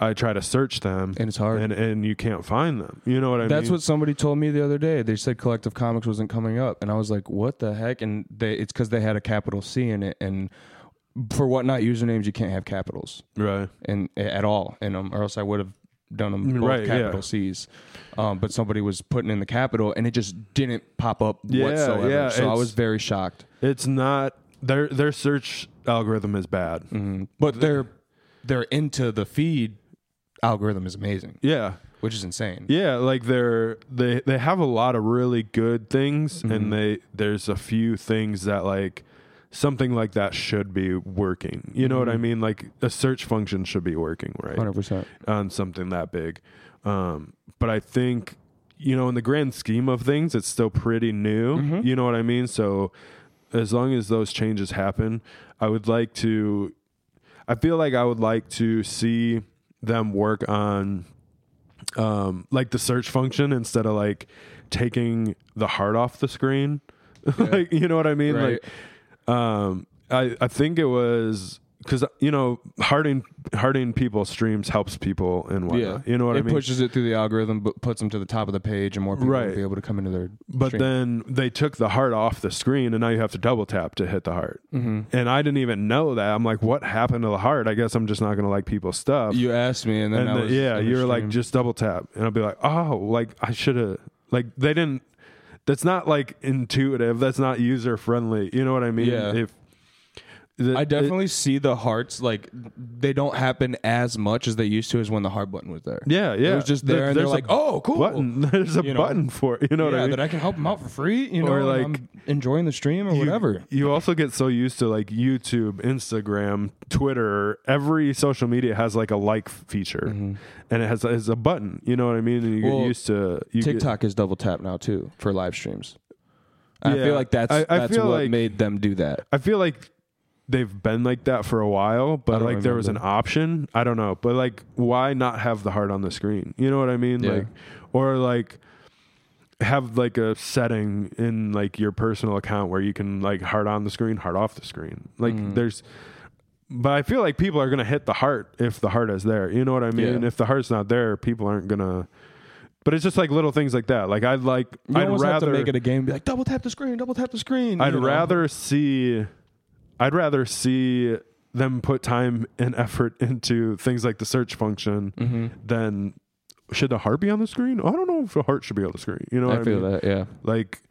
Speaker 2: I try to search them,
Speaker 1: Mm-hmm. And it's hard.
Speaker 2: and and you can't find them. You know what I mean?
Speaker 1: That's what somebody told me the other day. They said Collective Comics wasn't coming up, and I was like, "What the heck?" And they, it's because they had a capital C in it, and for whatnot usernames, you can't have capitals
Speaker 2: right.
Speaker 1: in at all in them, or else I would have done them both
Speaker 2: Right, yeah.
Speaker 1: capital C's. Um, but somebody was putting in the capital, and it just didn't pop up
Speaker 2: Yeah,
Speaker 1: whatsoever.
Speaker 2: yeah,
Speaker 1: so I
Speaker 2: it's-
Speaker 1: was very shocked.
Speaker 2: It's not their their search algorithm is bad.
Speaker 1: Mm-hmm. But they're they're into the feed algorithm is amazing,
Speaker 2: Yeah,
Speaker 1: which is insane.
Speaker 2: Yeah, like they're they they have a lot of really good things, and they there's a few things that like something like that should be working. You know what I mean? Like a search function should be working, right?
Speaker 1: Hundred percent.
Speaker 2: on something that big. Um, but I think, you know, in the grand scheme of things, it's still pretty new. You know what I mean? So as long as those changes happen, I would like to, I feel like I would like to see them work on um, like the search function instead of like taking the heart off the screen. like, you know what I mean?
Speaker 1: Right.
Speaker 2: Like, um, I, I think it was because, you know, harding, harding people streams helps people and whatnot. You know what
Speaker 1: it
Speaker 2: I mean?
Speaker 1: pushes it through the algorithm, but puts them to the top of the page, and more people
Speaker 2: Right.
Speaker 1: will be able to come into their.
Speaker 2: but
Speaker 1: stream.
Speaker 2: then they took the heart off the screen and now you have to double tap to hit the heart.
Speaker 1: Mm-hmm.
Speaker 2: And I didn't even know that. I'm like, what happened to the heart? I guess I'm just not going to like people's stuff.
Speaker 1: you asked me, and then
Speaker 2: and
Speaker 1: I
Speaker 2: the-
Speaker 1: was
Speaker 2: yeah,
Speaker 1: in the
Speaker 2: you're like
Speaker 1: stream.
Speaker 2: just double tap, and I'll be like, oh, like I should have, like they didn't. That's not like intuitive. That's not user friendly. You know what I mean?
Speaker 1: Yeah.
Speaker 2: If the-
Speaker 1: I
Speaker 2: it-
Speaker 1: definitely see the hearts like they don't happen as much as they used to as when the heart button was there.
Speaker 2: yeah,
Speaker 1: it
Speaker 2: yeah.
Speaker 1: was just there, and they're
Speaker 2: there's a
Speaker 1: like, "Oh, cool."
Speaker 2: Button. There's a
Speaker 1: You know?
Speaker 2: button for it. You know what
Speaker 1: yeah,
Speaker 2: I mean?
Speaker 1: that I can help them out for free, you know,
Speaker 2: Or,
Speaker 1: and
Speaker 2: like,
Speaker 1: I'm enjoying the stream or whatever.
Speaker 2: You, you also get so used to like YouTube, Instagram, Twitter. Every social media has like a like feature, and it has it's a button. You know what I mean? And you
Speaker 1: Mm-hmm. Well,
Speaker 2: get used to you get-
Speaker 1: TikTok is double tap now too for live streams. I
Speaker 2: Yeah.
Speaker 1: feel like that's
Speaker 2: I- I
Speaker 1: that's
Speaker 2: feel
Speaker 1: what
Speaker 2: like-
Speaker 1: made them do that.
Speaker 2: I feel like they've been like that for a while, but like
Speaker 1: don't
Speaker 2: there was an
Speaker 1: remember.
Speaker 2: option. I don't know, but like why not have the heart on the screen? You know what I mean?
Speaker 1: Yeah.
Speaker 2: Like or like have like a setting in like your personal account where you can like heart on the screen, heart off the screen. Like
Speaker 1: Mm.
Speaker 2: there's but I feel like people are gonna hit the heart if the heart is there. You know what I mean?
Speaker 1: Yeah.
Speaker 2: If the heart's not there, people aren't gonna but it's just like little things like that. Like I'd like
Speaker 1: You
Speaker 2: I'd
Speaker 1: almost
Speaker 2: rather
Speaker 1: have to make it a game. Be like, double tap the screen, double tap the screen.
Speaker 2: I'd
Speaker 1: you know?
Speaker 2: rather see I'd rather see them put time and effort into things like the search function
Speaker 1: Mm-hmm.
Speaker 2: than should the heart be on the screen? I don't know if the heart should be on the screen. You know what
Speaker 1: I feel
Speaker 2: mean?
Speaker 1: that. Yeah,
Speaker 2: Like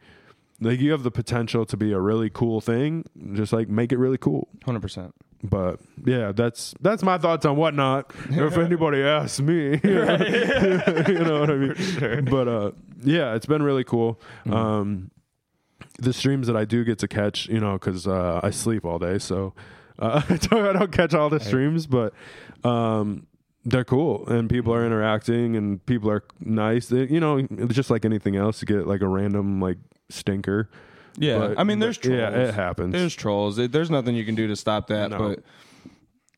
Speaker 2: like you have the potential to be a really cool thing. Just like make it really cool.
Speaker 1: hundred percent.
Speaker 2: But yeah, that's that's my thoughts on whatnot. if anybody asks me, you know, you know what I mean. But uh, yeah, it's been really cool.
Speaker 1: Mm-hmm.
Speaker 2: Um, the streams that I do get to catch, you know, because uh, I sleep all day, so uh, I don't- I don't catch all the streams, but um, they're cool and people
Speaker 1: Mm-hmm.
Speaker 2: are interacting and people are nice. They- you know, it's just like anything else, you get like a random like stinker.
Speaker 1: Yeah,
Speaker 2: But-
Speaker 1: I mean, there's trolls.
Speaker 2: yeah, it happens.
Speaker 1: There's trolls. There- There's nothing you can do to stop that.
Speaker 2: No.
Speaker 1: But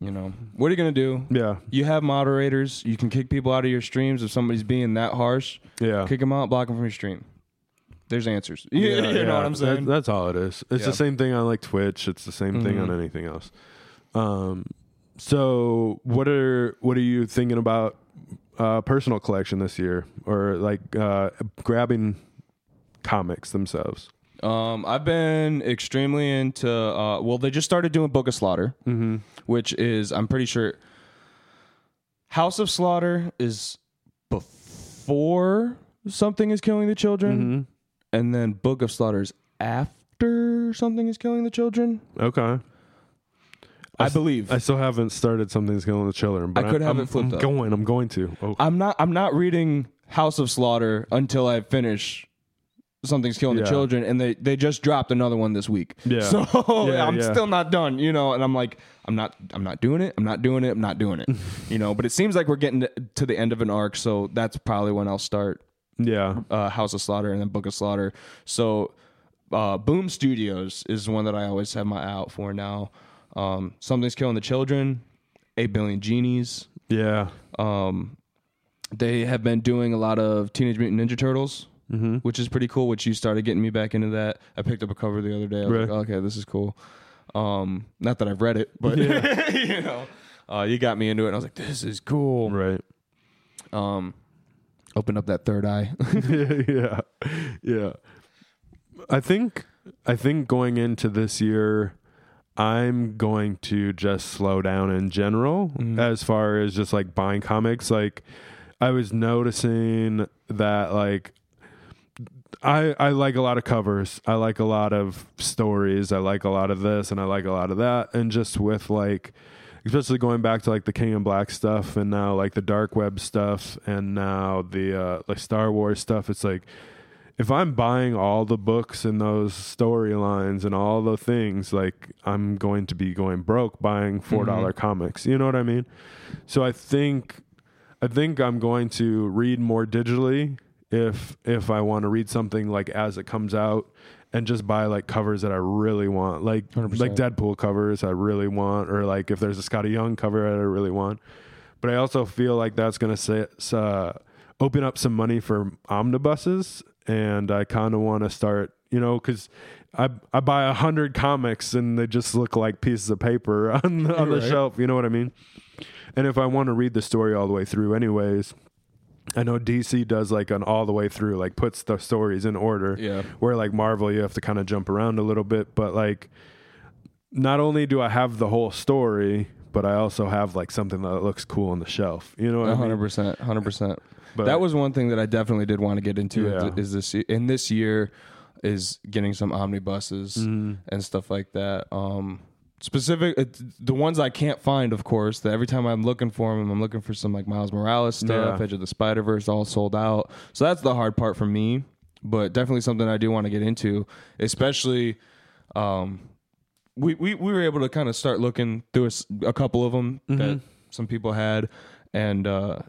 Speaker 1: you know, what are you gonna do?
Speaker 2: yeah,
Speaker 1: You have moderators. You can kick people out of your streams if somebody's being that harsh.
Speaker 2: yeah.
Speaker 1: Kick them out. Block them from your stream. There's answers. You,
Speaker 2: Yeah,
Speaker 1: you
Speaker 2: yeah.
Speaker 1: know what I'm saying?
Speaker 2: That- that's all it is. It's
Speaker 1: Yeah. Mm-hmm.
Speaker 2: the same thing on like Twitch. It's the same thing on anything else. Um, so what are what are you thinking about uh, personal collection this year, or like uh, grabbing comics themselves?
Speaker 1: Um, I've been extremely into. Uh, well, they just started doing Book of Slaughter, which is I'm pretty sure House of Slaughter is before before something is killing the children, and then Book of Slaughter is after something is killing the children.
Speaker 2: Okay.
Speaker 1: I, believe.
Speaker 2: I still haven't started Something's Killing the Children, but
Speaker 1: I could have
Speaker 2: I'm- I'm-
Speaker 1: it flipped
Speaker 2: I'm
Speaker 1: up.
Speaker 2: going. I'm going to. Oh,
Speaker 1: I'm not. I'm not reading House of Slaughter until I finish. Something's killing
Speaker 2: Yeah.
Speaker 1: the children, and they they just dropped another one this week.
Speaker 2: Yeah.
Speaker 1: So
Speaker 2: Yeah,
Speaker 1: I'm
Speaker 2: yeah.
Speaker 1: still not done, you know. And I'm like, I'm not, I'm not doing it. I'm not doing it. I'm not doing it, you know. But it seems like we're getting to, to the end of an arc, so that's probably when I'll start
Speaker 2: yeah.
Speaker 1: uh, House of Slaughter and then Book of Slaughter. So uh, Boom Studios is one that I always have my eye out for now. Um, Something's killing the children. Eight billion genies.
Speaker 2: Yeah.
Speaker 1: Um, they have been doing a lot of Teenage Mutant Ninja Turtles, which is pretty cool. Which you started getting me back into that. I picked up a cover the other day. I was
Speaker 2: Right.
Speaker 1: like, okay, this is cool. Um, not that I've read it, but you know, uh, you got me into it, and I was like, this is cool.
Speaker 2: Right.
Speaker 1: Um, opened up that third eye.
Speaker 2: yeah. Yeah. I think I think going into this year I'm going to just slow down in general as far as just like buying comics like I was noticing that like I I like a lot of covers. I like a lot of stories. I like a lot of this and I like a lot of that and just with like especially going back to like the King and Black stuff and now like the dark web stuff and now the uh like Star Wars stuff it's like if I'm buying all the books and those storylines and all the things, like I'm going to be going broke buying four comics. You know what I mean? So I think I think I'm going to read more digitally if if I want to read something like as it comes out and just buy like covers that I really want. Like like Deadpool covers I really want or like if there's a Scotty Young cover that I really want. But I also feel like that's going to say uh, open up some money for omnibuses and I kind of want to start, you know, cuz I I buy a 100 comics and they just look like pieces of paper on the, on the shelf, you know what I mean? And if I want to read the story all the way through, anyways, I know DC does like an all the way through, like puts the stories in order.
Speaker 1: Yeah.
Speaker 2: Where like Marvel, you have to kind of jump around a little bit, but like not only do I have the whole story, but I also have like something that looks cool on the shelf. You know what I
Speaker 1: hundred
Speaker 2: mean?
Speaker 1: percent, hundred percent.
Speaker 2: But-
Speaker 1: That was one thing that I definitely did want to get into.
Speaker 2: Yeah.
Speaker 1: Is this in this year? Is getting some omnibuses
Speaker 2: Mm-hmm.
Speaker 1: and stuff like that. Um, specific it's the ones I can't find, of course. That every time I'm looking for them, I'm looking for some like Miles Morales stuff,
Speaker 2: Yeah.
Speaker 1: Edge of the Spider Verse, all sold out. So that's the hard part for me. But definitely something I do want to get into, especially. Um, we, we, we were able to kind of start looking through a, s- a couple of them
Speaker 2: Mm-hmm.
Speaker 1: that some people had and uh,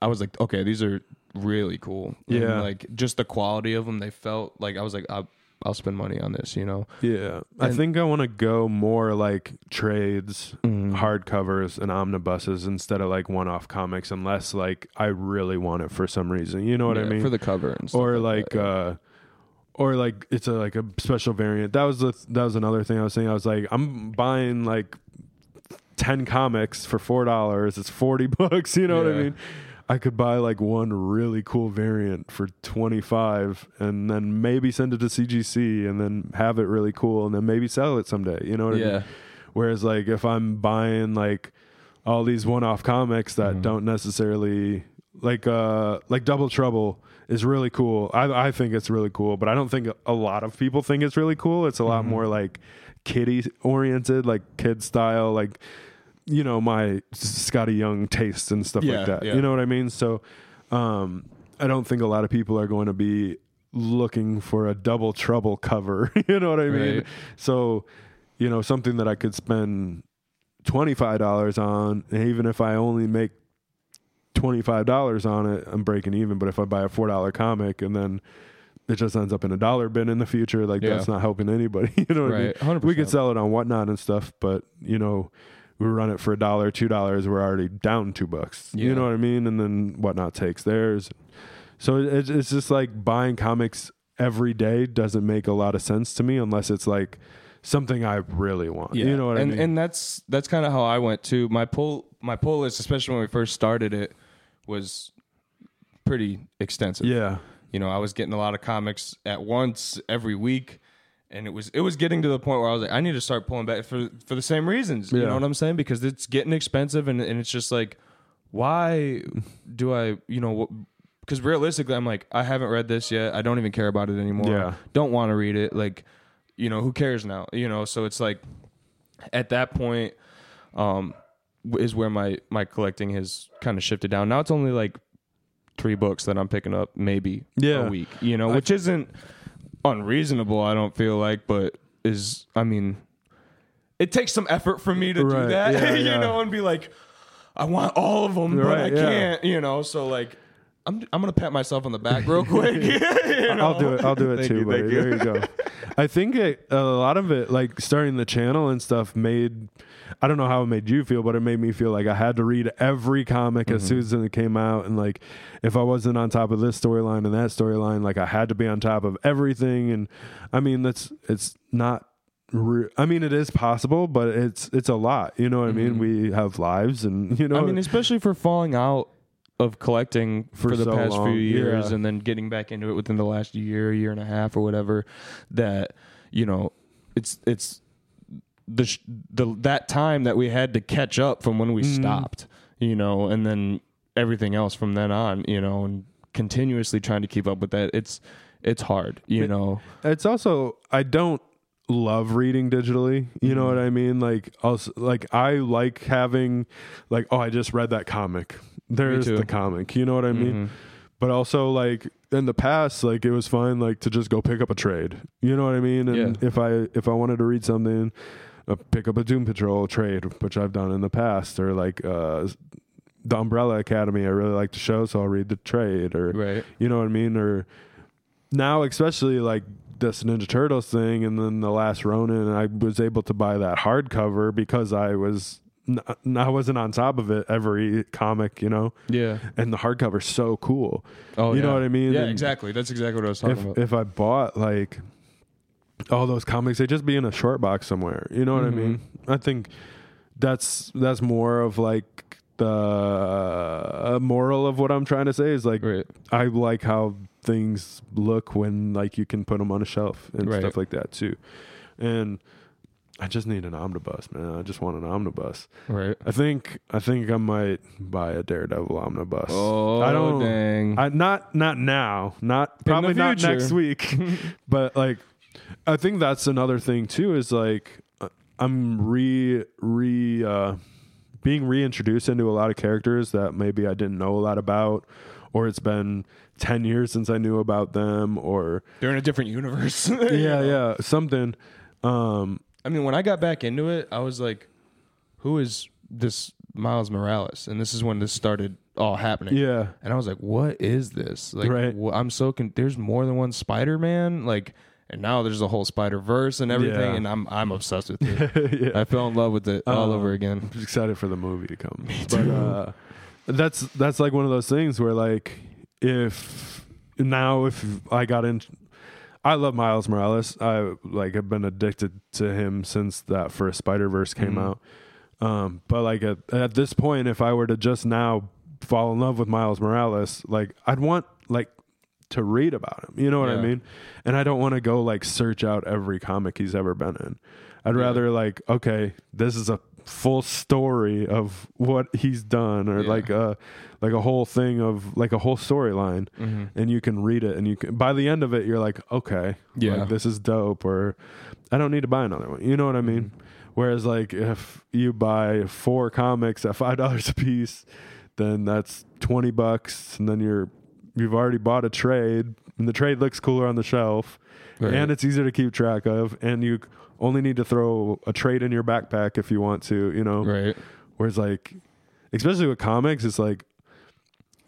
Speaker 1: i was like okay these are really cool And,
Speaker 2: Yeah.
Speaker 1: like just the quality of them they felt like i was like I, i'll spend money on this you know
Speaker 2: Yeah. I think I want to go more like trades,
Speaker 1: Mm-hmm.
Speaker 2: hardcovers, and omnibuses instead of like one off comics, unless like I really want it for some reason. You know what I
Speaker 1: Yeah,
Speaker 2: mean?
Speaker 1: for the cover and stuff
Speaker 2: or like
Speaker 1: that, yeah.
Speaker 2: uh or like it's a like a special variant that was the, that was another thing i was saying i was like i'm buying like 10 comics for four dollars it's 40 bucks you know what i
Speaker 1: Yeah.
Speaker 2: mean i could buy like one really cool variant for 25 and then maybe send it to cgc and then have it really cool and then maybe sell it someday you know what i
Speaker 1: Yeah.
Speaker 2: mean whereas like if i'm buying like all these one-off comics that don't necessarily like uh like double trouble is really cool i i think it's really cool but i don't think a lot of people think it's really cool it's a lot more like kiddie oriented like kid style like you know my scotty young tastes and stuff
Speaker 1: Yeah,
Speaker 2: like that
Speaker 1: yeah.
Speaker 2: you know what i mean so um i don't think a lot of people are going to be looking for a double trouble cover you know what i mean
Speaker 1: Right.
Speaker 2: so you know something that i could spend $25 on and even if i only make $25 on it i'm breaking even but if i buy a $4 comic and then it just ends up in a dollar bin in the future like
Speaker 1: Yeah.
Speaker 2: that's not helping anybody you know what
Speaker 1: Right,
Speaker 2: I mean? we could
Speaker 1: 100%.
Speaker 2: sell it on whatnot and stuff but you know we run it for a dollar two dollars we're already down two bucks you
Speaker 1: Yeah.
Speaker 2: know what i mean and then whatnot takes theirs so it's, it's just like buying comics every day doesn't make a lot of sense to me unless it's like something i really want you know what
Speaker 1: and,
Speaker 2: i mean
Speaker 1: And that's that's kind of how I went too. My pull my pull list, especially when we first started it, was pretty extensive.
Speaker 2: yeah
Speaker 1: You know, I was getting a lot of comics at once every week, and it was it was getting to the point where I was like, I need to start pulling back for for the same reasons. You
Speaker 2: Yeah.
Speaker 1: know what I'm saying? Because it's getting expensive, and and it's just like, why do I? You know, wh- because realistically, I'm like, I haven't read this yet. I don't even care about it anymore.
Speaker 2: Yeah.
Speaker 1: Don't want to read it. Like, you know, who cares now? You know, so it's like at that point, um, w- is where my my collecting has kind of shifted down. Now it's only like three books that I'm picking up maybe
Speaker 2: Yeah.
Speaker 1: a week. You know, which isn't unreasonable. I don't feel like, but is I mean, it takes some effort for me to
Speaker 2: Right,
Speaker 1: do that.
Speaker 2: yeah,
Speaker 1: you
Speaker 2: yeah.
Speaker 1: know, and be like, I want all of them, but
Speaker 2: Right,
Speaker 1: I
Speaker 2: yeah.
Speaker 1: can't. You know, so like. I'm, I'm gonna pat myself on the back real quick. You know?
Speaker 2: I'll do it. I'll do it
Speaker 5: Thank
Speaker 2: too,
Speaker 5: you,
Speaker 2: buddy.
Speaker 5: thank you.
Speaker 2: There you go. I think it, a lot of it, like starting the channel and stuff, made. I don't know how it made you feel, but it made me feel like I had to read every comic
Speaker 5: Mm-hmm.
Speaker 2: as soon as it came out, and like if I wasn't on top of this storyline and that storyline, like I had to be on top of everything. And I mean, that's it's not. Re- I mean, it is possible, but it's it's a lot. You know what I mean?
Speaker 5: Mm-hmm.
Speaker 2: We have lives, and you know,
Speaker 1: I mean, especially for falling out of collecting for, the
Speaker 2: so
Speaker 1: past
Speaker 2: long,
Speaker 1: few years
Speaker 2: yeah.
Speaker 1: and then getting back into it within the last year, year and a half or whatever, that you know, it's it's the sh- the that time that we had to catch up from when we
Speaker 2: Mm-hmm.
Speaker 1: stopped, you know, and then everything else from then on, you know, and continuously trying to keep up with that. It's it's hard, you know.
Speaker 2: It's also I don't love reading digitally. You know what I mean? Like also like I like having like oh I just read that comic. There's
Speaker 1: too. Mm-hmm.
Speaker 2: the comic. You know what I mean? But also like in the past like it was fine like to just go pick up a trade. You know what I mean? And if I if I wanted to read something uh, pick up a Doom Patrol trade, which I've done in the past, or like uh, the Umbrella Academy. I really like the show, so I'll read the trade, or
Speaker 1: Right.
Speaker 2: you know what I mean? Or now, especially like this Ninja Turtles thing, and then the Last Ronin, I was able to buy that hardcover because I was n- I wasn't on top of it every comic, you know.
Speaker 1: Yeah.
Speaker 2: And the hardcover's so cool.
Speaker 1: Oh,
Speaker 2: you know
Speaker 1: yeah.
Speaker 2: what I mean?
Speaker 1: Yeah,
Speaker 2: And
Speaker 1: exactly. That's exactly what I was talking
Speaker 2: If
Speaker 1: about.
Speaker 2: if I bought like all those comics, they'd just be in a short box somewhere. You know what I mean? I think that's that's more of like the uh, moral of what I'm trying to say is like
Speaker 1: Right.
Speaker 2: I like how things look when like you can put them on a shelf and
Speaker 1: Right.
Speaker 2: stuff like that too. And I just need an omnibus, man. I just want an omnibus.
Speaker 1: right.
Speaker 2: I think I think I might buy a Daredevil omnibus.
Speaker 1: Oh,
Speaker 2: I don't
Speaker 1: dang.
Speaker 2: I Uh, not not now, not probably not
Speaker 1: future.
Speaker 2: next week, but like I think that's another thing too is like uh, I'm re re uh, being reintroduced into a lot of characters that maybe I didn't know a lot about, or it's been ten years since I knew about them, or
Speaker 1: They're in a different universe.
Speaker 2: yeah yeah something. Um,
Speaker 1: I mean, when I got back into it, I was like, who is this Miles Morales? And this is when this started all happening.
Speaker 2: yeah,
Speaker 1: And I was like, what is this? Like,
Speaker 2: Right.
Speaker 1: wh- I'm so con- there's more than one Spider-Man, like and now there's a whole Spider-Verse and everything
Speaker 2: Yeah.
Speaker 1: and I'm I'm obsessed with it.
Speaker 2: yeah. Uh,
Speaker 1: I fell in love with it all over again.
Speaker 2: I'm excited for the movie to come. But uh, that's that's like one of those things where like if now if I got in I love Miles Morales. I like have been addicted to him since that first Spider-Verse came out. Um, but like at, at this point if I were to just now fall in love with Miles Morales, like I'd want like to read about him. You know what I
Speaker 1: Yeah.
Speaker 2: mean? And I don't want to go like search out every comic he's ever been in. I'd rather like, okay, this is a full story of what he's done or
Speaker 1: Yeah.
Speaker 2: like a like a whole thing of like a whole storyline and you can read it and you can by the end of it you're like, okay,
Speaker 1: Yeah.
Speaker 2: like, this is dope or I don't need to buy another one. You know what I mean?
Speaker 1: Mm-hmm.
Speaker 2: Whereas like if you buy four comics at five dollars a piece, then that's twenty bucks, and then you're you've already bought a trade, and the trade looks cooler on the shelf,
Speaker 1: Right.
Speaker 2: and it's easier to keep track of, and you only need to throw a trade in your backpack if you want to, you know.
Speaker 1: Right.
Speaker 2: Whereas like, especially with comics, it's like.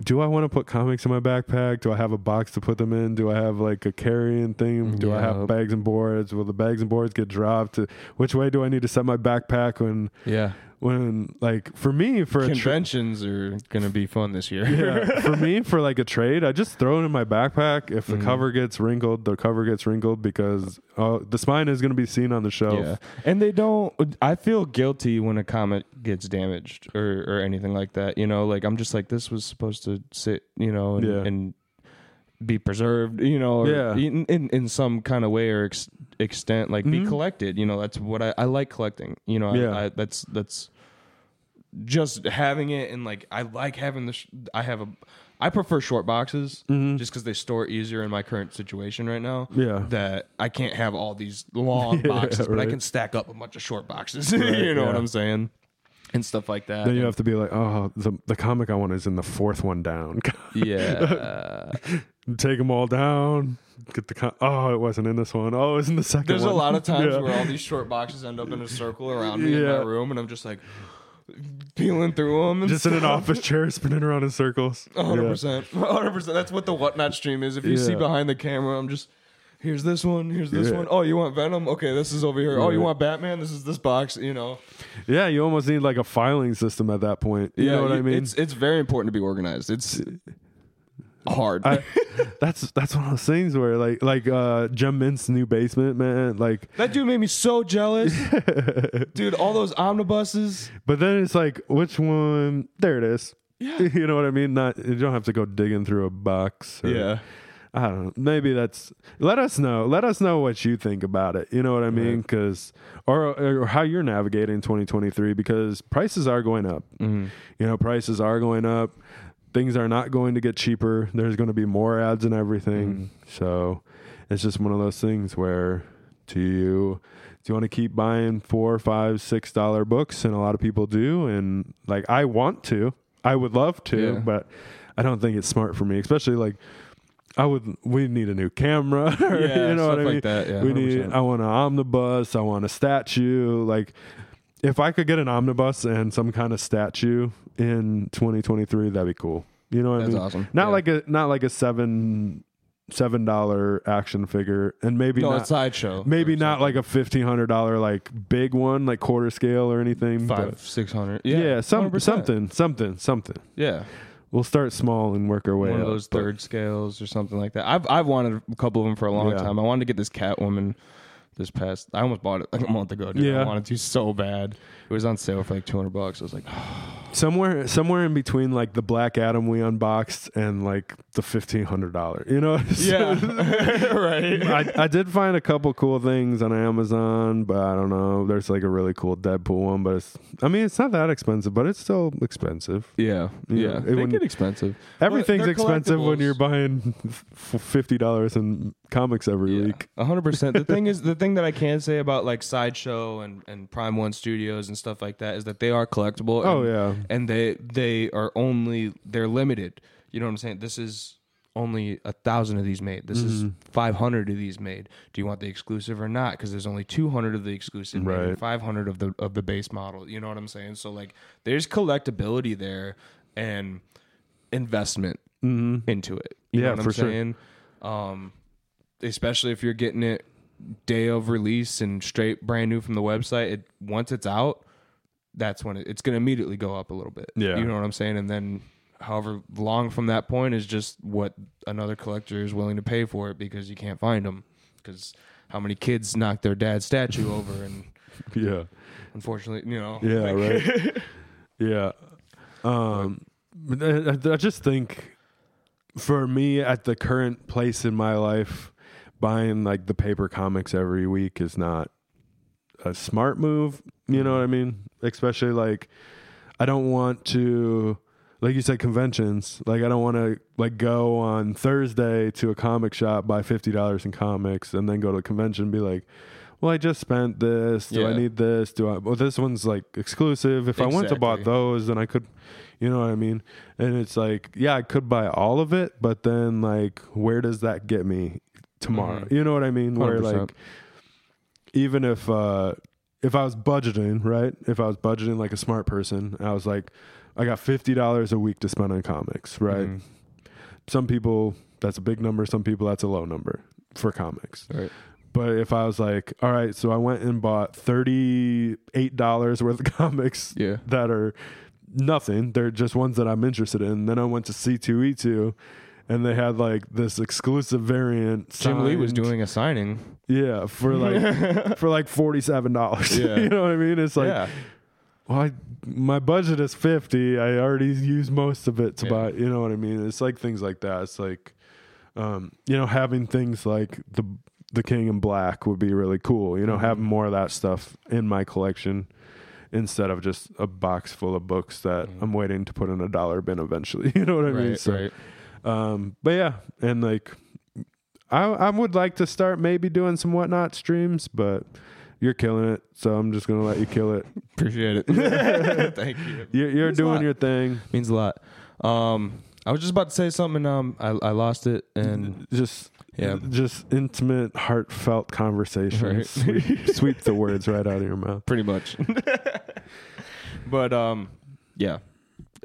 Speaker 2: Do I want to put comics in my backpack? Do I have a box to put them in? Do I have like a carrying thing? Do I have
Speaker 1: Yup.
Speaker 2: bags and boards? Will the bags and boards get dropped? Which way do I need to set my backpack when
Speaker 1: Yeah.
Speaker 2: when like for me for a tra-
Speaker 1: Conventions are going to be fun this year.
Speaker 2: yeah, for me for like a trade i just throw it in my backpack if the
Speaker 1: Mm.
Speaker 2: cover gets wrinkled the cover gets wrinkled because uh, the spine is going to be seen on the shelf
Speaker 1: Yeah, and they don't. I feel guilty when a comet gets damaged or or anything like that. You know, like I'm just like this was supposed to sit, you know, and,
Speaker 2: Yeah.
Speaker 1: and be preserved, you know, or
Speaker 2: Yeah.
Speaker 1: in, in in some kind of way or ex- extent, like be collected. You know, that's what I, I like collecting. You know,
Speaker 2: Mm-hmm. Yeah.
Speaker 1: I, I, that's that's just having it and like I like having the. Sh- I have a I prefer short boxes just because they store easier in my current situation right now.
Speaker 2: Mm-hmm. Yeah.
Speaker 1: That I can't have all these long boxes, but I
Speaker 2: right.
Speaker 1: can stack up a bunch of short boxes. you know what
Speaker 2: yeah.
Speaker 1: I'm saying? And stuff like that.
Speaker 2: Then you have to be like, oh, the, the comic I want is in the fourth one down.
Speaker 1: yeah.
Speaker 2: Take them all down. Get the com- oh, it wasn't in this one. Oh, it's in the second.
Speaker 1: There's a
Speaker 2: one.
Speaker 1: lot of times
Speaker 2: Yeah.
Speaker 1: where all these short boxes end up in a circle around me in
Speaker 2: Yeah.
Speaker 1: my room, and I'm just like peeling through them. And
Speaker 2: just in an office chair spinning around in circles.
Speaker 1: hundred
Speaker 2: Yeah.
Speaker 1: percent, hundred percent. That's what the whatnot stream is. If you see
Speaker 2: Yeah.
Speaker 1: behind the camera, I'm just here's this one, here's this
Speaker 2: Yeah.
Speaker 1: one. Oh, you want Venom? Okay, this is over here. Oh, you
Speaker 2: Right.
Speaker 1: want Batman? This is this box. You know.
Speaker 2: Yeah, you almost need like a filing system at that point. You know what I
Speaker 1: you-
Speaker 2: mean?
Speaker 1: It's it's very important to be organized. It's hard.
Speaker 2: I, that's that's one of those things where like like uh Jim Mint's new basement, man. Like,
Speaker 1: that dude made me so jealous, dude. All those omnibuses.
Speaker 2: but then it's like, which one? There it is. Yeah. You know what I mean? Not you don't have to go digging through a box. or- I don't know. Maybe that's. Let us know. Let us know what you think about it. You know what I mean? Because or, or how you're navigating 2023 because prices are going up. You know, prices are going up. Things are not going to get cheaper. There's going to be more ads and everything. So it's just one of those things where do you do you want to keep buying four, five, six dollar books? And a lot of people do. And like I want to. I would love to,
Speaker 1: Yeah.
Speaker 2: but I don't think it's smart for me, especially like I would. We need a new camera.
Speaker 1: Yeah,
Speaker 2: you know what
Speaker 1: stuff
Speaker 2: I
Speaker 1: like
Speaker 2: mean.
Speaker 1: that, yeah,
Speaker 2: we need.
Speaker 1: 100%.
Speaker 2: I want an omnibus. I want a statue. Like, if I could get an omnibus and some kind of statue in 2023, that'd be cool. You know what
Speaker 1: That's
Speaker 2: I mean?
Speaker 1: awesome.
Speaker 2: Not
Speaker 1: Yeah.
Speaker 2: like a not like a seven seven dollar action figure, and maybe
Speaker 1: No, it's
Speaker 2: not
Speaker 1: sideshow.
Speaker 2: maybe not like a fifteen hundred dollar like big one, like quarter scale or anything.
Speaker 1: five
Speaker 2: but-
Speaker 1: six hundred.
Speaker 2: yeah,
Speaker 1: Yeah,
Speaker 2: some
Speaker 1: 100%.
Speaker 2: something, something, something.
Speaker 1: Yeah,
Speaker 2: We'll start small and work our way
Speaker 1: one
Speaker 2: up.
Speaker 1: of those
Speaker 2: but-
Speaker 1: third scales or something like that. I've I've wanted a couple of them for a long
Speaker 2: Yeah.
Speaker 1: time. I wanted to get this Catwoman. This past, I almost bought it like a month ago. Dude. I
Speaker 2: Yeah.
Speaker 1: wanted to so bad. It was on sale for like two hundred bucks. I was like, "Oh,
Speaker 2: somewhere somewhere in between like the black adam we unboxed and like the $1500 you know
Speaker 1: right.
Speaker 2: I, I did find a couple cool things on amazon but i don't know there's like a really cool deadpool one but it's i mean it's not that expensive but it's still expensive
Speaker 1: Yeah,
Speaker 2: Yeah,
Speaker 1: yeah.
Speaker 2: it
Speaker 1: They
Speaker 2: wouldn't-
Speaker 1: get expensive.
Speaker 2: everything's
Speaker 1: they're
Speaker 2: expensive when
Speaker 1: collectibles.
Speaker 2: you're buying f- $50 in comics every week
Speaker 1: A hundred percent. The thing is, the thing that I can say about like sideshow and and Prime One Studios and stuff like that is that they are collectible.
Speaker 2: Oh,
Speaker 1: and-
Speaker 2: yeah.
Speaker 1: and they they are only they're limited. You know what I'm saying? This is only a thousand of these made. This is
Speaker 2: Mm-hmm.
Speaker 1: 500 of these made. Do you want the exclusive or not? Because there's only 200 of the exclusive, made and
Speaker 2: Right.
Speaker 1: 500 of the of the base model. You know what I'm saying? So like, there's collectability there and investment
Speaker 2: Mm-hmm.
Speaker 1: into it. You know
Speaker 2: Yeah,
Speaker 1: what I'm
Speaker 2: for sure.
Speaker 1: saying? Um, especially if you're getting it day of release and straight brand new from the website. It once it's out, that's when it, it's going to immediately go up a little bit.
Speaker 2: Yeah.
Speaker 1: you know what I'm saying. And then, however long from that point is just what another collector is willing to pay for it because you can't find them. Because how many kids knocked their dad's statue over and
Speaker 2: yeah
Speaker 1: unfortunately, you know,
Speaker 2: Yeah, right. yeah. Um, but I, I- I just think for me at the current place in my life, buying like the paper comics every week is not a smart move. You know what I mean? Especially like I don't want to like you said conventions like i don't want to like go on thursday to a comic shop buy $50 in comics and then go to a convention and be like well i just spent this do i
Speaker 1: Yeah.
Speaker 2: need this do i well this one's like exclusive if i went to bought
Speaker 1: Exactly.
Speaker 2: those then i could you know what i mean and it's like yeah i could buy all of it but then like where does that get me tomorrow
Speaker 1: Mhm.
Speaker 2: you know what i mean where
Speaker 1: 100%.
Speaker 2: like even if uh if i was budgeting right if i was budgeting like a smart person i was like i got $50 a week to spend on comics right
Speaker 1: Mhm.
Speaker 2: some people that's a big number some people that's a low number for comics
Speaker 1: Right.
Speaker 2: but if i was like all right so i went and bought $38 worth of comics
Speaker 1: Yeah.
Speaker 2: that are nothing they're just ones that i'm interested in then i went to c2e2 and they had like this exclusive variant
Speaker 1: Jim Lee was
Speaker 2: signed-
Speaker 1: doing a signing.
Speaker 2: yeah for like for like $47
Speaker 1: Yeah.
Speaker 2: you know what i mean it's like
Speaker 1: yeah,
Speaker 2: well, I, my budget is 50. I already used most of it to
Speaker 1: Yeah.
Speaker 2: buy, you know what I mean? It's like things like that. It's like, um, you know, having things like the,
Speaker 1: Mm-hmm.
Speaker 2: the King in Black would be really cool. You know, having more of that stuff in my collection instead of just a box full of books that I'm waiting to put in a dollar bin eventually. You know what I mean?
Speaker 1: Mm-hmm. Right, right.
Speaker 2: Um, but yeah, and like, I I would like to start maybe doing some whatnot streams, but you're killing it, so I'm just gonna let you kill it.
Speaker 1: Appreciate it. Thank you.
Speaker 2: You're, you're
Speaker 1: Thanks a
Speaker 2: doing
Speaker 1: lot.
Speaker 2: your thing.
Speaker 1: Means a lot. Um, I was just about to say something. And, um, I I lost it, and
Speaker 2: Just
Speaker 1: Yeah.
Speaker 2: just intimate, heartfelt conversations.
Speaker 1: Right.
Speaker 2: Sweep, sweep the words right out of your mouth.
Speaker 1: pretty much. but um, yeah.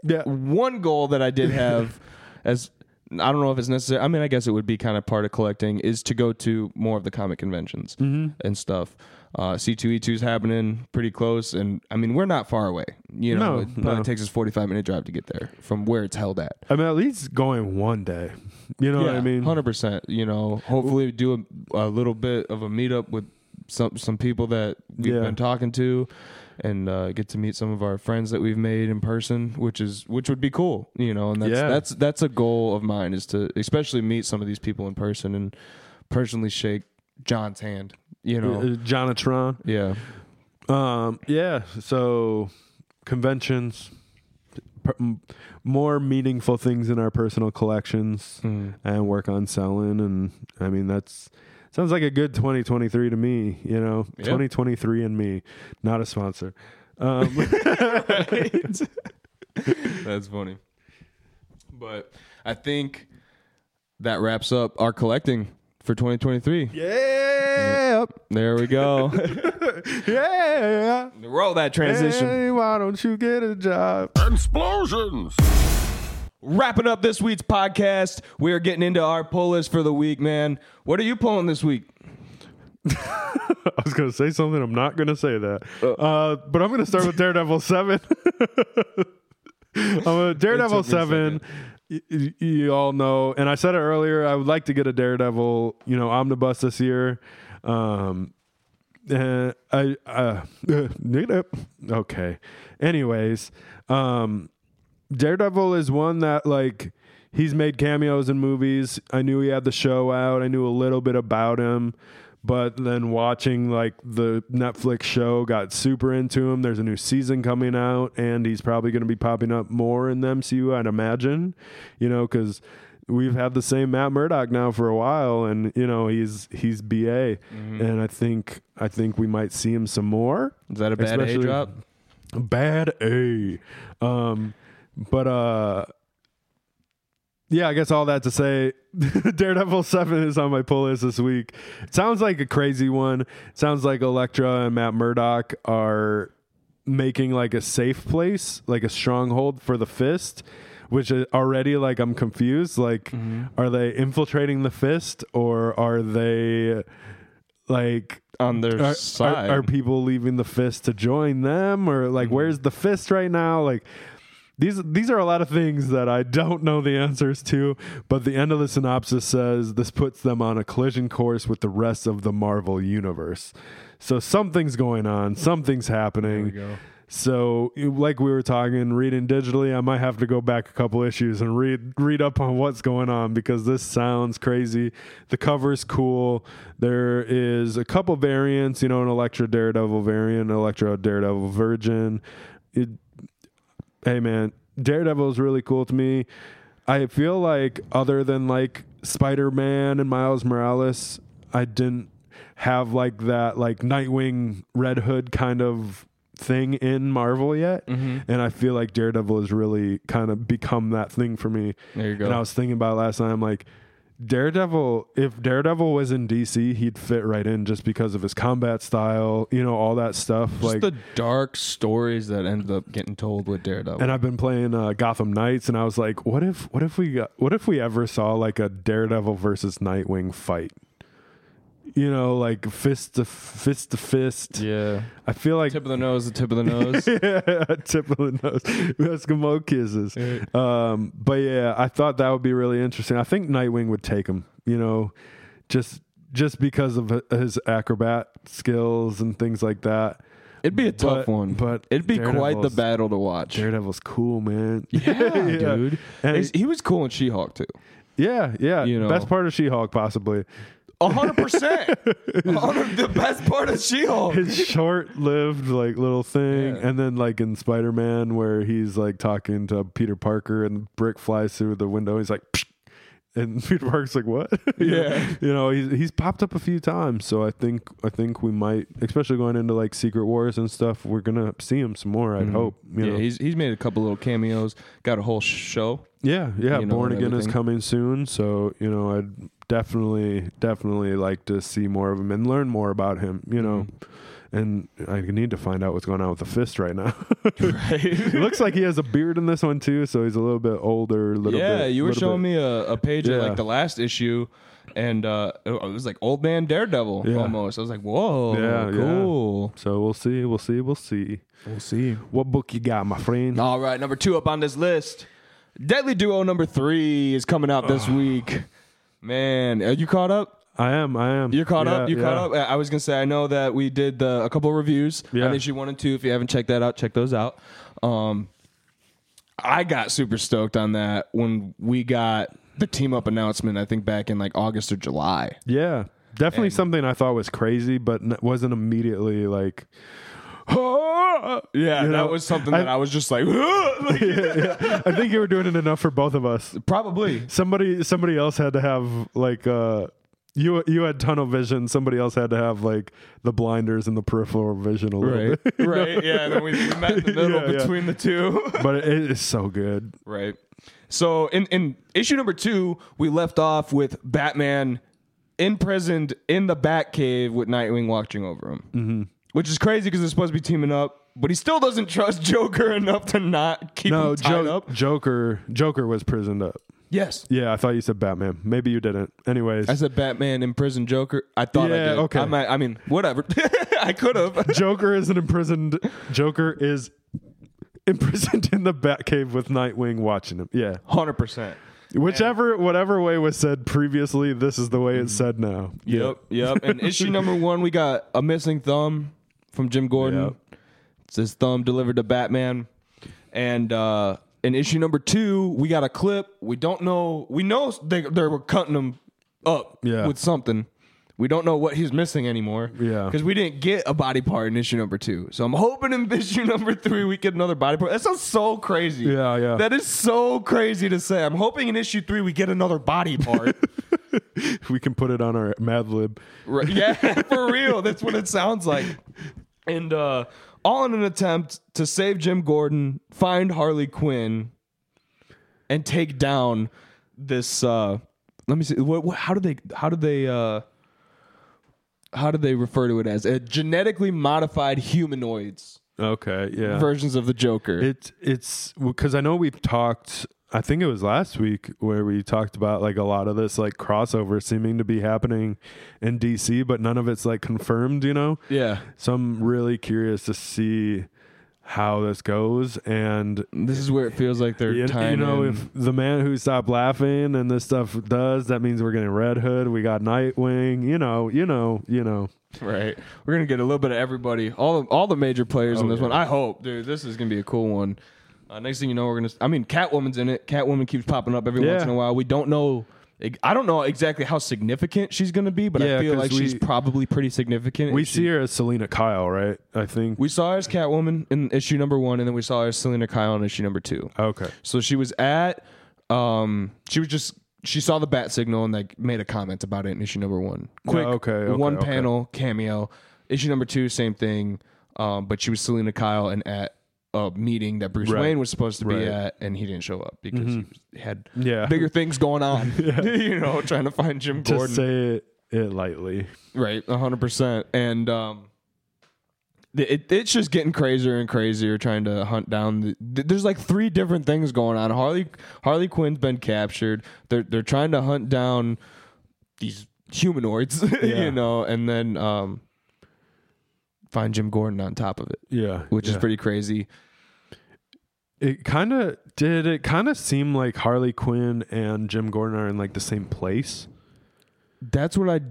Speaker 2: Yeah,
Speaker 1: one goal that I did have as I don't know if it's necessary. I mean, I guess it would be kind of part of collecting is to go to more of the comic conventions
Speaker 2: Mm-hmm.
Speaker 1: and stuff. Uh, C2E2 is happening pretty close, and I mean, we're not far away. You know,
Speaker 2: No,
Speaker 1: it probably
Speaker 2: no.
Speaker 1: takes us 45 minute drive to get there from where it's held at.
Speaker 2: I mean, at least going one day. You know what I mean?
Speaker 1: 100%. You know, hopefully do a, a little bit of a meetup with some some people that we've
Speaker 2: Yeah.
Speaker 1: been talking to and uh, get to meet some of our friends that we've made in person, which is which would be cool, you know, and that's
Speaker 2: Yeah.
Speaker 1: that's that's a goal of mine is to especially meet some of these people in person and personally shake John's hand, you
Speaker 2: Uh,
Speaker 1: know.
Speaker 2: Jonatron.
Speaker 1: Yeah.
Speaker 2: Um, yeah. So conventions, per- m- more meaningful things in our personal collections,
Speaker 1: Mm.
Speaker 2: and work on selling. And I mean, that's sounds like a good 2023 to me. You know,
Speaker 1: Yeah.
Speaker 2: 2023 and me, not a sponsor. Um,
Speaker 1: That's funny. But I think that wraps up our collecting for 2023.
Speaker 2: yeah,
Speaker 1: There we go.
Speaker 2: yeah.
Speaker 1: Roll that transition.
Speaker 2: Hey, why don't you get a job?
Speaker 6: Explosions!
Speaker 7: Wrapping up this week's podcast, we are getting into our pull list for the week, man. What are you pulling this week?
Speaker 2: I was gonna say something. I'm not gonna say that. Uh, but I'm gonna start with Daredevil Seven. I'm a Daredevil
Speaker 1: It took me a
Speaker 2: Seven. y- y- You all know, and I said it earlier. I would like to get a Daredevil, you know, omnibus this year. Um, uh, I uh, okay. Anyways, um, Daredevil is one that like he's made cameos in movies. I knew he had the show out. I knew a little bit about him, but then watching like the Netflix show got super into him. There's a new season coming out, and he's probably going to be popping up more in the MCU, I'd imagine. You know, because we've had the same Matt Murdock now for a while, and you know he's he's BA, and I think I think we might see him some more.
Speaker 1: Is that a bad A
Speaker 2: Especially-
Speaker 1: drop?
Speaker 2: Bad A. Um, but uh, yeah, I guess all that to say, Daredevil Seven is on my pull list this week. It sounds like a crazy one. It sounds like Elektra and Matt Murdock are making like a safe place, like a stronghold for the Fist. Which is already like I'm confused. Like, are they infiltrating the Fist or are they like
Speaker 1: On their
Speaker 2: are,
Speaker 1: side.
Speaker 2: Are, are people leaving the fist to join them, or like where's the fist right now? Like these these are a lot of things that I don't know the answers to. But the end of the synopsis says this puts them on a collision course with the rest of the Marvel universe. So something's going on. Something's happening. So, like we were talking, reading digitally, I might have to go back a couple issues and read read up on what's going on because this sounds crazy. The cover's cool. There is a couple variants, you know, an Electro Daredevil variant, an Electro Daredevil Virgin. It, hey, man, Daredevil is really cool to me. I feel like other than like Spider Man and Miles Morales, I didn't have like that like Nightwing Red Hood kind of thing in Marvel yet.
Speaker 1: Mm-hmm.
Speaker 2: And I feel like Daredevil has really kind of become that thing for me.
Speaker 1: There you go.
Speaker 2: And I was thinking about it last night, I'm like, Daredevil, if Daredevil was in DC, he'd fit right in just because of his combat style, you know, all that stuff.
Speaker 1: Just
Speaker 2: like
Speaker 1: the dark stories that ended up getting told with Daredevil.
Speaker 2: and I've been playing uh, Gotham Knights, and I was like, what if what if we got, what if we ever saw like a Daredevil versus Nightwing fight? You know, like fist to fist to fist.
Speaker 1: yeah.
Speaker 2: I feel like
Speaker 1: Tip of the nose, the tip of the nose.
Speaker 2: yeah, tip of the nose, Eskimo kisses. Um, but yeah, I thought that would be really interesting. I think Nightwing would take him. You know, just just because of his acrobat skills and things like that.
Speaker 1: It'd be a tough
Speaker 2: But-
Speaker 1: one.
Speaker 2: but
Speaker 1: it'd be quite the
Speaker 2: Daredevil's-
Speaker 1: battle to watch.
Speaker 2: Daredevil's cool, man.
Speaker 1: Yeah,
Speaker 2: Yeah.
Speaker 1: dude.
Speaker 2: And
Speaker 1: He's- he was cool in She Hulk too.
Speaker 2: Yeah, yeah.
Speaker 1: You know.
Speaker 2: Best part of She Hulk, possibly.
Speaker 8: hundred percent. The best part of She-Hulk.
Speaker 2: his short-lived like little thing, and then like in Spider-Man where he's like talking to Peter Parker, and brick flies through the window. He's like, "Psh!" and Peter Parker's like, "What?" You know-
Speaker 8: Yeah.
Speaker 2: you know, he's he's popped up a few times, so I think I think we might, especially going into like Secret Wars and stuff, we're gonna see him some more. I'd hope. You
Speaker 1: Mm-hmm. yeah,
Speaker 2: know?
Speaker 1: he's he's made a couple little cameos. Got a whole show.
Speaker 2: Yeah, yeah.
Speaker 1: you know,
Speaker 2: Born
Speaker 1: and
Speaker 2: Again is
Speaker 1: everything.
Speaker 2: coming soon, so you know I'd definitely, definitely like to see more of him and learn more about him. You know,
Speaker 1: Mm-hmm.
Speaker 2: and I need to find out what's going on with the fist right now. it looks like he has a beard in this one too, so he's a little bit older. Little
Speaker 1: yeah,
Speaker 2: bit,
Speaker 1: you were
Speaker 2: little
Speaker 1: showing
Speaker 2: bit-
Speaker 1: me a, a page of
Speaker 2: Yeah.
Speaker 1: like the last issue, and uh, it was like old man Daredevil
Speaker 2: Yeah.
Speaker 1: almost. I was like, whoa,
Speaker 2: Yeah, yeah.
Speaker 1: cool.
Speaker 2: So we'll see, we'll see, we'll see.
Speaker 9: We'll see.
Speaker 2: What book you got, my friend?
Speaker 8: All right, number two up on this list.
Speaker 1: Deadly Duo number three is coming out this week. Man, are you caught up?
Speaker 2: I am, I am.
Speaker 1: You're caught
Speaker 2: Yeah,
Speaker 1: up. You
Speaker 2: yeah.
Speaker 1: caught up. I I was gonna say I know that we did the, a couple reviews
Speaker 2: Yeah.
Speaker 1: on issue one and two. If you haven't checked that out, check those out. Um, I got super stoked on that when we got the team up announcement. I think back in like August or July.
Speaker 2: Yeah, definitely something I thought was crazy, but n- wasn't immediately like.
Speaker 1: Yeah, that
Speaker 2: You know,
Speaker 1: was something
Speaker 2: I-
Speaker 1: that I was just like, like,
Speaker 2: I think you were doing it enough for both of us.
Speaker 1: probably.
Speaker 2: Somebody, somebody else had to have like uh, you. You had tunnel vision. Somebody else had to have like the blinders and the peripheral vision a little bit.
Speaker 1: right. Yeah. Then we, we met in the middle
Speaker 2: Yeah, yeah.
Speaker 1: between the two.
Speaker 2: But it is so good.
Speaker 1: right. So in, in issue number two, we left off with Batman imprisoned in the Batcave with Nightwing watching over him, mm-hmm. which is crazy because they're supposed to be teaming up, but he still doesn't trust Joker enough to not keep
Speaker 2: No,
Speaker 1: him tied
Speaker 2: jo-
Speaker 1: up.
Speaker 2: Joker. Joker was prisoned up.
Speaker 1: Yes.
Speaker 2: Yeah, I thought you said Batman. Maybe you didn't. Anyways,
Speaker 1: I said Batman imprisoned Joker. I thought I
Speaker 2: Yeah,
Speaker 1: did.
Speaker 2: okay.
Speaker 1: I, might, I mean, whatever. I could have.
Speaker 2: Joker is an imprisoned. Joker is imprisoned in the Batcave with Nightwing watching him. Yeah,
Speaker 1: 100%.
Speaker 2: whichever, whatever way was said previously, this is the way it's
Speaker 1: Mm-hmm.
Speaker 2: said now.
Speaker 1: Yep, yep. And issue number one, we got a missing thumb from Jim Gordon.
Speaker 2: Yep.
Speaker 1: It's his thumb delivered to Batman. And uh, in issue number two, we got a clip. We don't know. We know they, they were cutting him up
Speaker 2: Yeah.
Speaker 1: with something. We don't know what he's missing anymore.
Speaker 2: Yeah.
Speaker 1: Because we didn't get a body part in issue number two. So I'm hoping in issue number three we get another body part. That sounds so crazy.
Speaker 2: Yeah, yeah.
Speaker 1: That is so crazy to say. I'm hoping in issue three we get another body part.
Speaker 2: We can put it on our Mad Lib.
Speaker 1: Right. Yeah, for real. That's what it sounds like. And uh, all in an attempt to save Jim Gordon, find Harley Quinn, and take down this. Uh, let me see. What, what, how do they? How do they? Uh, how do they refer to it as uh, genetically modified humanoids
Speaker 2: Okay, yeah.
Speaker 1: versions of the Joker?
Speaker 2: It's it's because I know we've talked. I think it was last week where we talked about like a lot of this like crossover seeming to be happening in DC, but none of it's like confirmed. You know.
Speaker 1: yeah,
Speaker 2: So I'm really curious to see how this goes and
Speaker 1: this is where it feels like they're
Speaker 2: you, you
Speaker 1: tying
Speaker 2: know
Speaker 1: in-
Speaker 2: if the man who stopped laughing and this stuff does that means we're getting red hood we got nightwing you know you know you know
Speaker 1: Right. We're gonna get a little bit of everybody, all all the major players in this
Speaker 2: Oh, yeah.
Speaker 1: one. I hope, dude. This is gonna be a cool one. Uh, next thing you know, we're gonna. I mean, Catwoman's in it. Catwoman keeps popping up every once
Speaker 2: Yeah.
Speaker 1: in a while. We don't know. I don't know exactly how significant she's gonna be, but
Speaker 2: Yeah,
Speaker 1: I feel
Speaker 2: 'cause
Speaker 1: like she's
Speaker 2: we-
Speaker 1: probably pretty significant.
Speaker 2: we
Speaker 1: And she-
Speaker 2: see her as selena kyle right i think
Speaker 1: We saw her as Catwoman in issue number one, and then we saw her as Selena Kyle in issue number two.
Speaker 2: okay
Speaker 1: So she was at, um, she was just she saw the bat signal and like made a comment about it in issue number one. Quick,
Speaker 2: Oh, okay, okay,
Speaker 1: one
Speaker 2: okay.
Speaker 1: panel cameo. Issue number two, same thing, um, but she was Selena Kyle and at a meeting that Bruce
Speaker 2: Right.
Speaker 1: Wayne was supposed to
Speaker 2: Right. Mm-hmm.
Speaker 1: be at, and he didn't show up because he was, had
Speaker 2: Yeah.
Speaker 1: bigger things going on. you know, trying to find Jim
Speaker 2: to
Speaker 1: Gordon.
Speaker 2: say it, it lightly
Speaker 1: Right, hundred percent. And um, th- it, it's just getting crazier and crazier trying to hunt down. The, th- there's like three different things going on. Harley Harley Quinn's been captured. They're they're trying to hunt down these humanoids,
Speaker 2: Yeah.
Speaker 1: you know, and then um, find Jim Gordon on top of it,
Speaker 2: yeah
Speaker 1: which is
Speaker 2: yeah.
Speaker 1: pretty crazy.
Speaker 2: it kind of did it kind of seem like harley quinn and jim gordon are in like the same place
Speaker 1: That's what I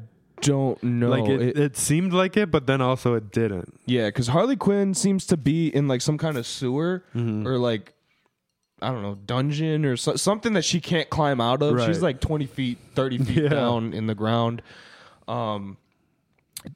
Speaker 1: don't know.
Speaker 2: like it,
Speaker 1: It-
Speaker 2: it, seemed like it but then also it didn't
Speaker 1: Yeah, because Harley Quinn seems to be in like some kind of sewer
Speaker 2: Mm-hmm.
Speaker 1: or like I don't know dungeon or so, something that she can't climb out of.
Speaker 2: Right.
Speaker 1: She's like twenty feet, thirty feet
Speaker 2: Yeah.
Speaker 1: down in the ground. um,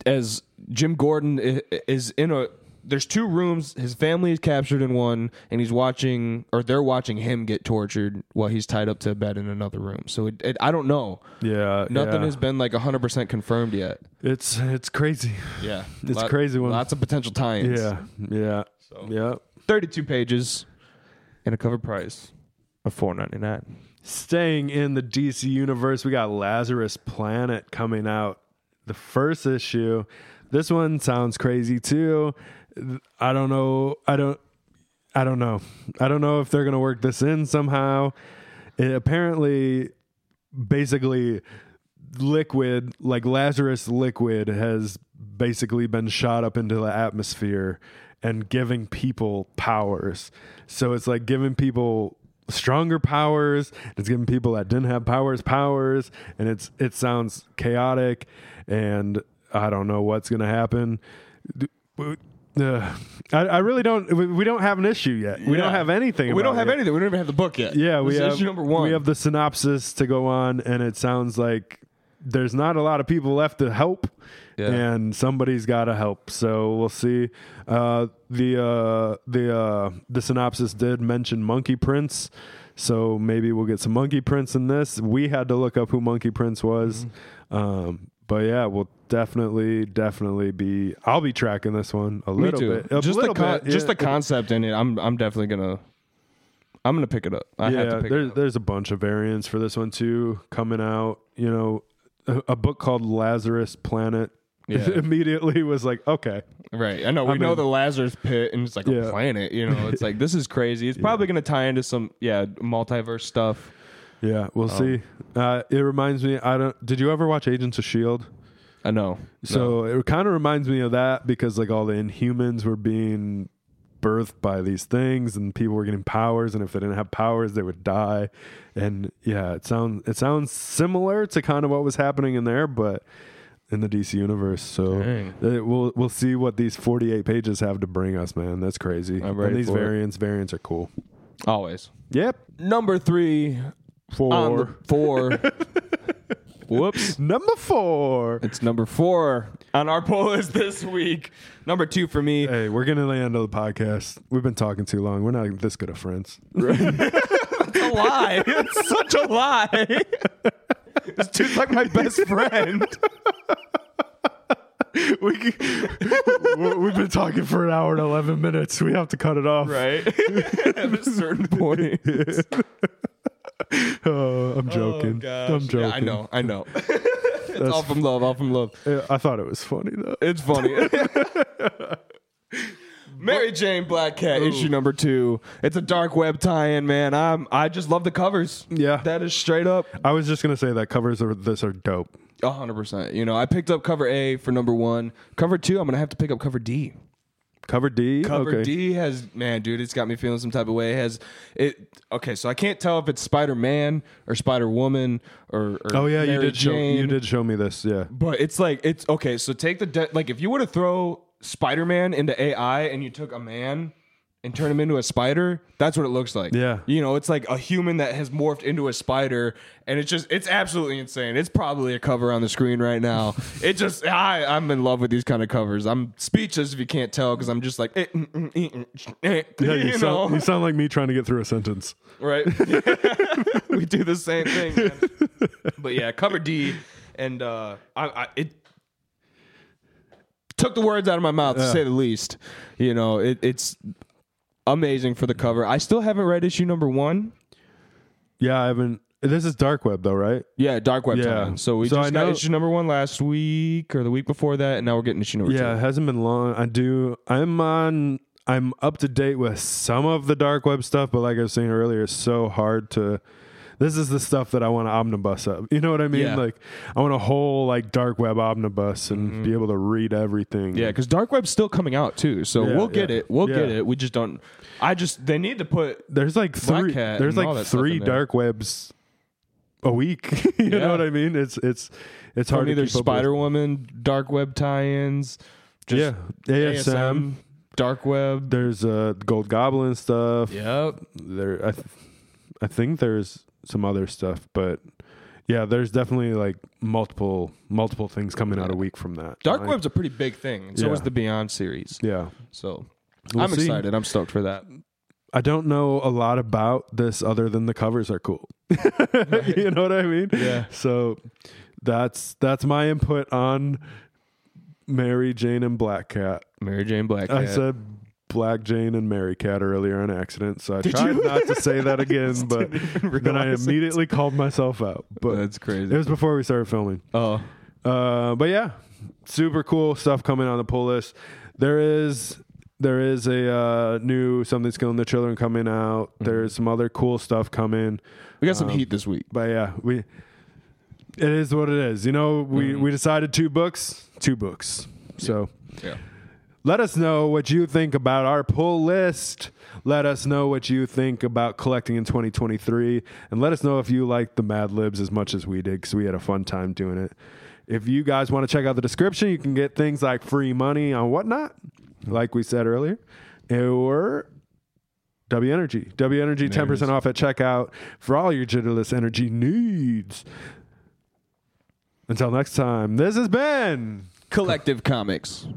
Speaker 1: as Jim Gordon i- is in a there's two rooms his family is captured in one and he's watching or they're watching him get tortured while he's tied up to a bed in another room so it, it, i don't know
Speaker 2: Yeah,
Speaker 1: nothing
Speaker 2: yeah.
Speaker 1: has been like 100% confirmed yet
Speaker 2: It's it's crazy.
Speaker 1: yeah
Speaker 2: It's a crazy one.
Speaker 1: lots of potential tie-ins
Speaker 2: Yeah, yeah, yeah.
Speaker 1: 32 pages and a cover price of 4.99
Speaker 2: Staying in the DC universe, we got Lazarus Planet coming out. The first issue. This one sounds crazy too. I don't know. I don't. I don't know. I don't know if they're gonna work this in somehow. It apparently, basically, liquid like Lazarus liquid has basically been shot up into the atmosphere and giving people powers. So it's like giving people stronger powers. It's giving people that didn't have powers powers, and it's it sounds chaotic, and I don't know what's gonna happen. D- w- Uh, I, I really don't. We we don't have an issue yet. We don't
Speaker 1: Yeah.
Speaker 2: have anything.
Speaker 1: we
Speaker 2: about
Speaker 1: don't have
Speaker 2: it.
Speaker 1: anything we don't even have the book yet
Speaker 2: Yeah,
Speaker 1: This
Speaker 2: we
Speaker 1: is
Speaker 2: have
Speaker 1: issue number one
Speaker 2: We have the synopsis to go on, and it sounds like there's not a lot of people left to help,
Speaker 1: Yeah.
Speaker 2: and somebody's got to help. So we'll see. Uh, the uh, the uh, the synopsis did mention monkey prince, so maybe we'll get some monkey prince in this. We had to look up who monkey prince was,
Speaker 1: Mm-hmm.
Speaker 2: um, but yeah, we'll definitely definitely be. I'll be tracking this one a
Speaker 1: Me
Speaker 2: little
Speaker 1: too.
Speaker 2: bit. A
Speaker 1: just the
Speaker 2: little
Speaker 1: con-
Speaker 2: bit,
Speaker 1: just
Speaker 2: yeah.
Speaker 1: the concept in it. I'm I'm definitely gonna I'm gonna pick it up. I have to pick
Speaker 2: there's
Speaker 1: it up.
Speaker 2: there's a bunch of variants for this one too coming out. You know, a, a book called Lazarus Planet
Speaker 1: Yeah.
Speaker 2: immediately was like, okay,
Speaker 1: Right. I know we
Speaker 2: I'm
Speaker 1: know
Speaker 2: in.
Speaker 1: the Lazarus pit and it's like
Speaker 2: Yeah.
Speaker 1: a planet. You know, it's like this is crazy. It's probably gonna tie into some yeah multiverse stuff.
Speaker 2: yeah, we'll
Speaker 1: Oh.
Speaker 2: see. Uh, it reminds me. I don't. Did you ever watch Agents of Shield?
Speaker 1: I know. No.
Speaker 2: So it kind of reminds me of that because like all the Inhumans were being birthed by these things, and people were getting powers, and if they didn't have powers, they would die. And yeah, it sounds it sounds similar to kind of what was happening in there, but in the DC universe. So
Speaker 1: Dang.
Speaker 2: it- we'll we'll see what these forty eight pages have to bring us, man. That's crazy.
Speaker 1: I'm ready
Speaker 2: and these
Speaker 1: for it.
Speaker 2: variants variants are cool.
Speaker 1: always
Speaker 2: Yep.
Speaker 1: number three on the
Speaker 2: Four.
Speaker 1: four. Whoops.
Speaker 2: Number four.
Speaker 1: It's number four on our poll list this week. Number two for me.
Speaker 2: Hey, we're gonna land on the podcast. We've been talking too long. We're not this good of friends.
Speaker 1: a lie. It's such a lie. This dude's like my best friend.
Speaker 2: we can, we- we've been talking for an hour and 11 minutes we have to cut it off
Speaker 1: Right? At a certain point.
Speaker 2: oh, i'm joking i'm joking
Speaker 1: Yeah, I know. I know. it's all from love. All from love.
Speaker 2: Yeah, i thought it was funny though
Speaker 1: It's funny. Mary Jane Black Cat issue number two. It's a dark web tie-in, man. I'm I just love the covers.
Speaker 2: Yeah.
Speaker 1: that is straight up
Speaker 2: i was just gonna say that covers of this are dope
Speaker 1: hundred percent. You know, I picked up cover A for number one. Cover two, I'm gonna have to pick up cover D.
Speaker 2: cover d
Speaker 1: Cover
Speaker 2: okay
Speaker 1: D has man, dude, it's got me feeling some type of way. It has it? Okay, so I can't tell if it's Spider Man or Spider Woman or, or
Speaker 2: oh yeah you
Speaker 1: Mary
Speaker 2: did show you
Speaker 1: Jane,
Speaker 2: did show me this yeah
Speaker 1: But it's like it's okay. So take the de- like if you were to throw Spider Man into AI and you took a man and turn him into a spider, that's what it looks like.
Speaker 2: Yeah.
Speaker 1: you know, it's like a human that has morphed into a spider, and it's just it's absolutely insane. It's probably a cover on the screen right now. it just I I'm in love with these kind of covers. I'm speechless if you can't tell because I'm just like eh, mm, mm, mm, mm, eh,
Speaker 2: yeah, you,
Speaker 1: you, know
Speaker 2: sound, you sound like me trying to get through a sentence.
Speaker 1: right? we do the same thing. Man. But yeah, cover D, and uh, I, I it took the words out of my mouth to say the least. You know, it, it's amazing for the cover. I still haven't read issue number one.
Speaker 2: Yeah, I haven't. This is dark web though, right?
Speaker 1: Yeah, Dark Web
Speaker 2: Yeah.
Speaker 1: time. So we
Speaker 2: So
Speaker 1: just
Speaker 2: I
Speaker 1: got
Speaker 2: know-
Speaker 1: issue number one last week or the week before that, and now we're getting issue number
Speaker 2: Yeah, it
Speaker 1: two.
Speaker 2: hasn't been long. I do. I'm on. I'm up to date with some of the dark web stuff, but like I was saying earlier, it's so hard to. This is the stuff that I want to omnibus up. You know what I mean?
Speaker 1: Yeah.
Speaker 2: Like I want a whole like dark web omnibus and be able to read everything.
Speaker 1: Mm-hmm. Yeah, because Dark Web's still coming out too, so
Speaker 2: Yeah,
Speaker 1: we'll get
Speaker 2: yeah.
Speaker 1: it. We'll get
Speaker 2: Yeah.
Speaker 1: it. We just don't. I just they need to put
Speaker 2: there's like
Speaker 1: Black
Speaker 2: three.
Speaker 1: Cat
Speaker 2: There's
Speaker 1: and all
Speaker 2: like
Speaker 1: that stuff
Speaker 2: three
Speaker 1: in there.
Speaker 2: dark webs a week. you
Speaker 1: Yeah.
Speaker 2: know what I mean? It's it's it's hard.
Speaker 1: from
Speaker 2: to
Speaker 1: either
Speaker 2: keep up with.
Speaker 1: Spider Woman, Dark Web tie-ins, just
Speaker 2: Yeah, ASM.
Speaker 1: ASM, Dark Web.
Speaker 2: There's uh Gold Goblin stuff.
Speaker 1: Yep.
Speaker 2: there I, th- I think there's some other stuff but yeah, there's definitely like multiple multiple things coming out a week from that.
Speaker 4: Dark
Speaker 2: Like,
Speaker 4: Web's a pretty big thing. and So
Speaker 2: Yeah.
Speaker 4: is the Beyond series.
Speaker 2: Yeah,
Speaker 4: So
Speaker 2: We'll
Speaker 4: I'm
Speaker 2: see.
Speaker 4: excited. I'm stoked for that.
Speaker 2: I don't know a lot about this other than the covers are cool. you know what I mean?
Speaker 4: Yeah.
Speaker 2: So that's that's my input on Mary Jane and Black Cat.
Speaker 4: Mary Jane Black.
Speaker 2: I said Black Jane and Mary Cat earlier on accident, so I tried not to say that again, but then I immediately called myself out. But
Speaker 4: That's
Speaker 2: it
Speaker 4: crazy.
Speaker 2: was before we started filming.
Speaker 4: Oh,
Speaker 2: Uh, but yeah, super cool stuff coming on the pull list. There is there is a uh, new something's killing the children coming out. There's some other cool stuff coming.
Speaker 4: Mm-hmm.
Speaker 2: Um,
Speaker 4: we got some heat this week.
Speaker 2: But yeah, we it is what it is. You know, we
Speaker 4: Mm-hmm.
Speaker 2: we decided two books, two books. So
Speaker 4: Yeah.
Speaker 2: let us know what you think about our pull list. Let us know what you think about collecting in 2023. And let us know if you like the Mad Libs as much as we did because we had a fun time doing it. If you guys want to check out the description, you can get things like free money on whatnot, like we said earlier, or W Energy. W Energy, 10% off at checkout for all your jitterless energy needs. Until next time, this has been
Speaker 4: Collective Comics.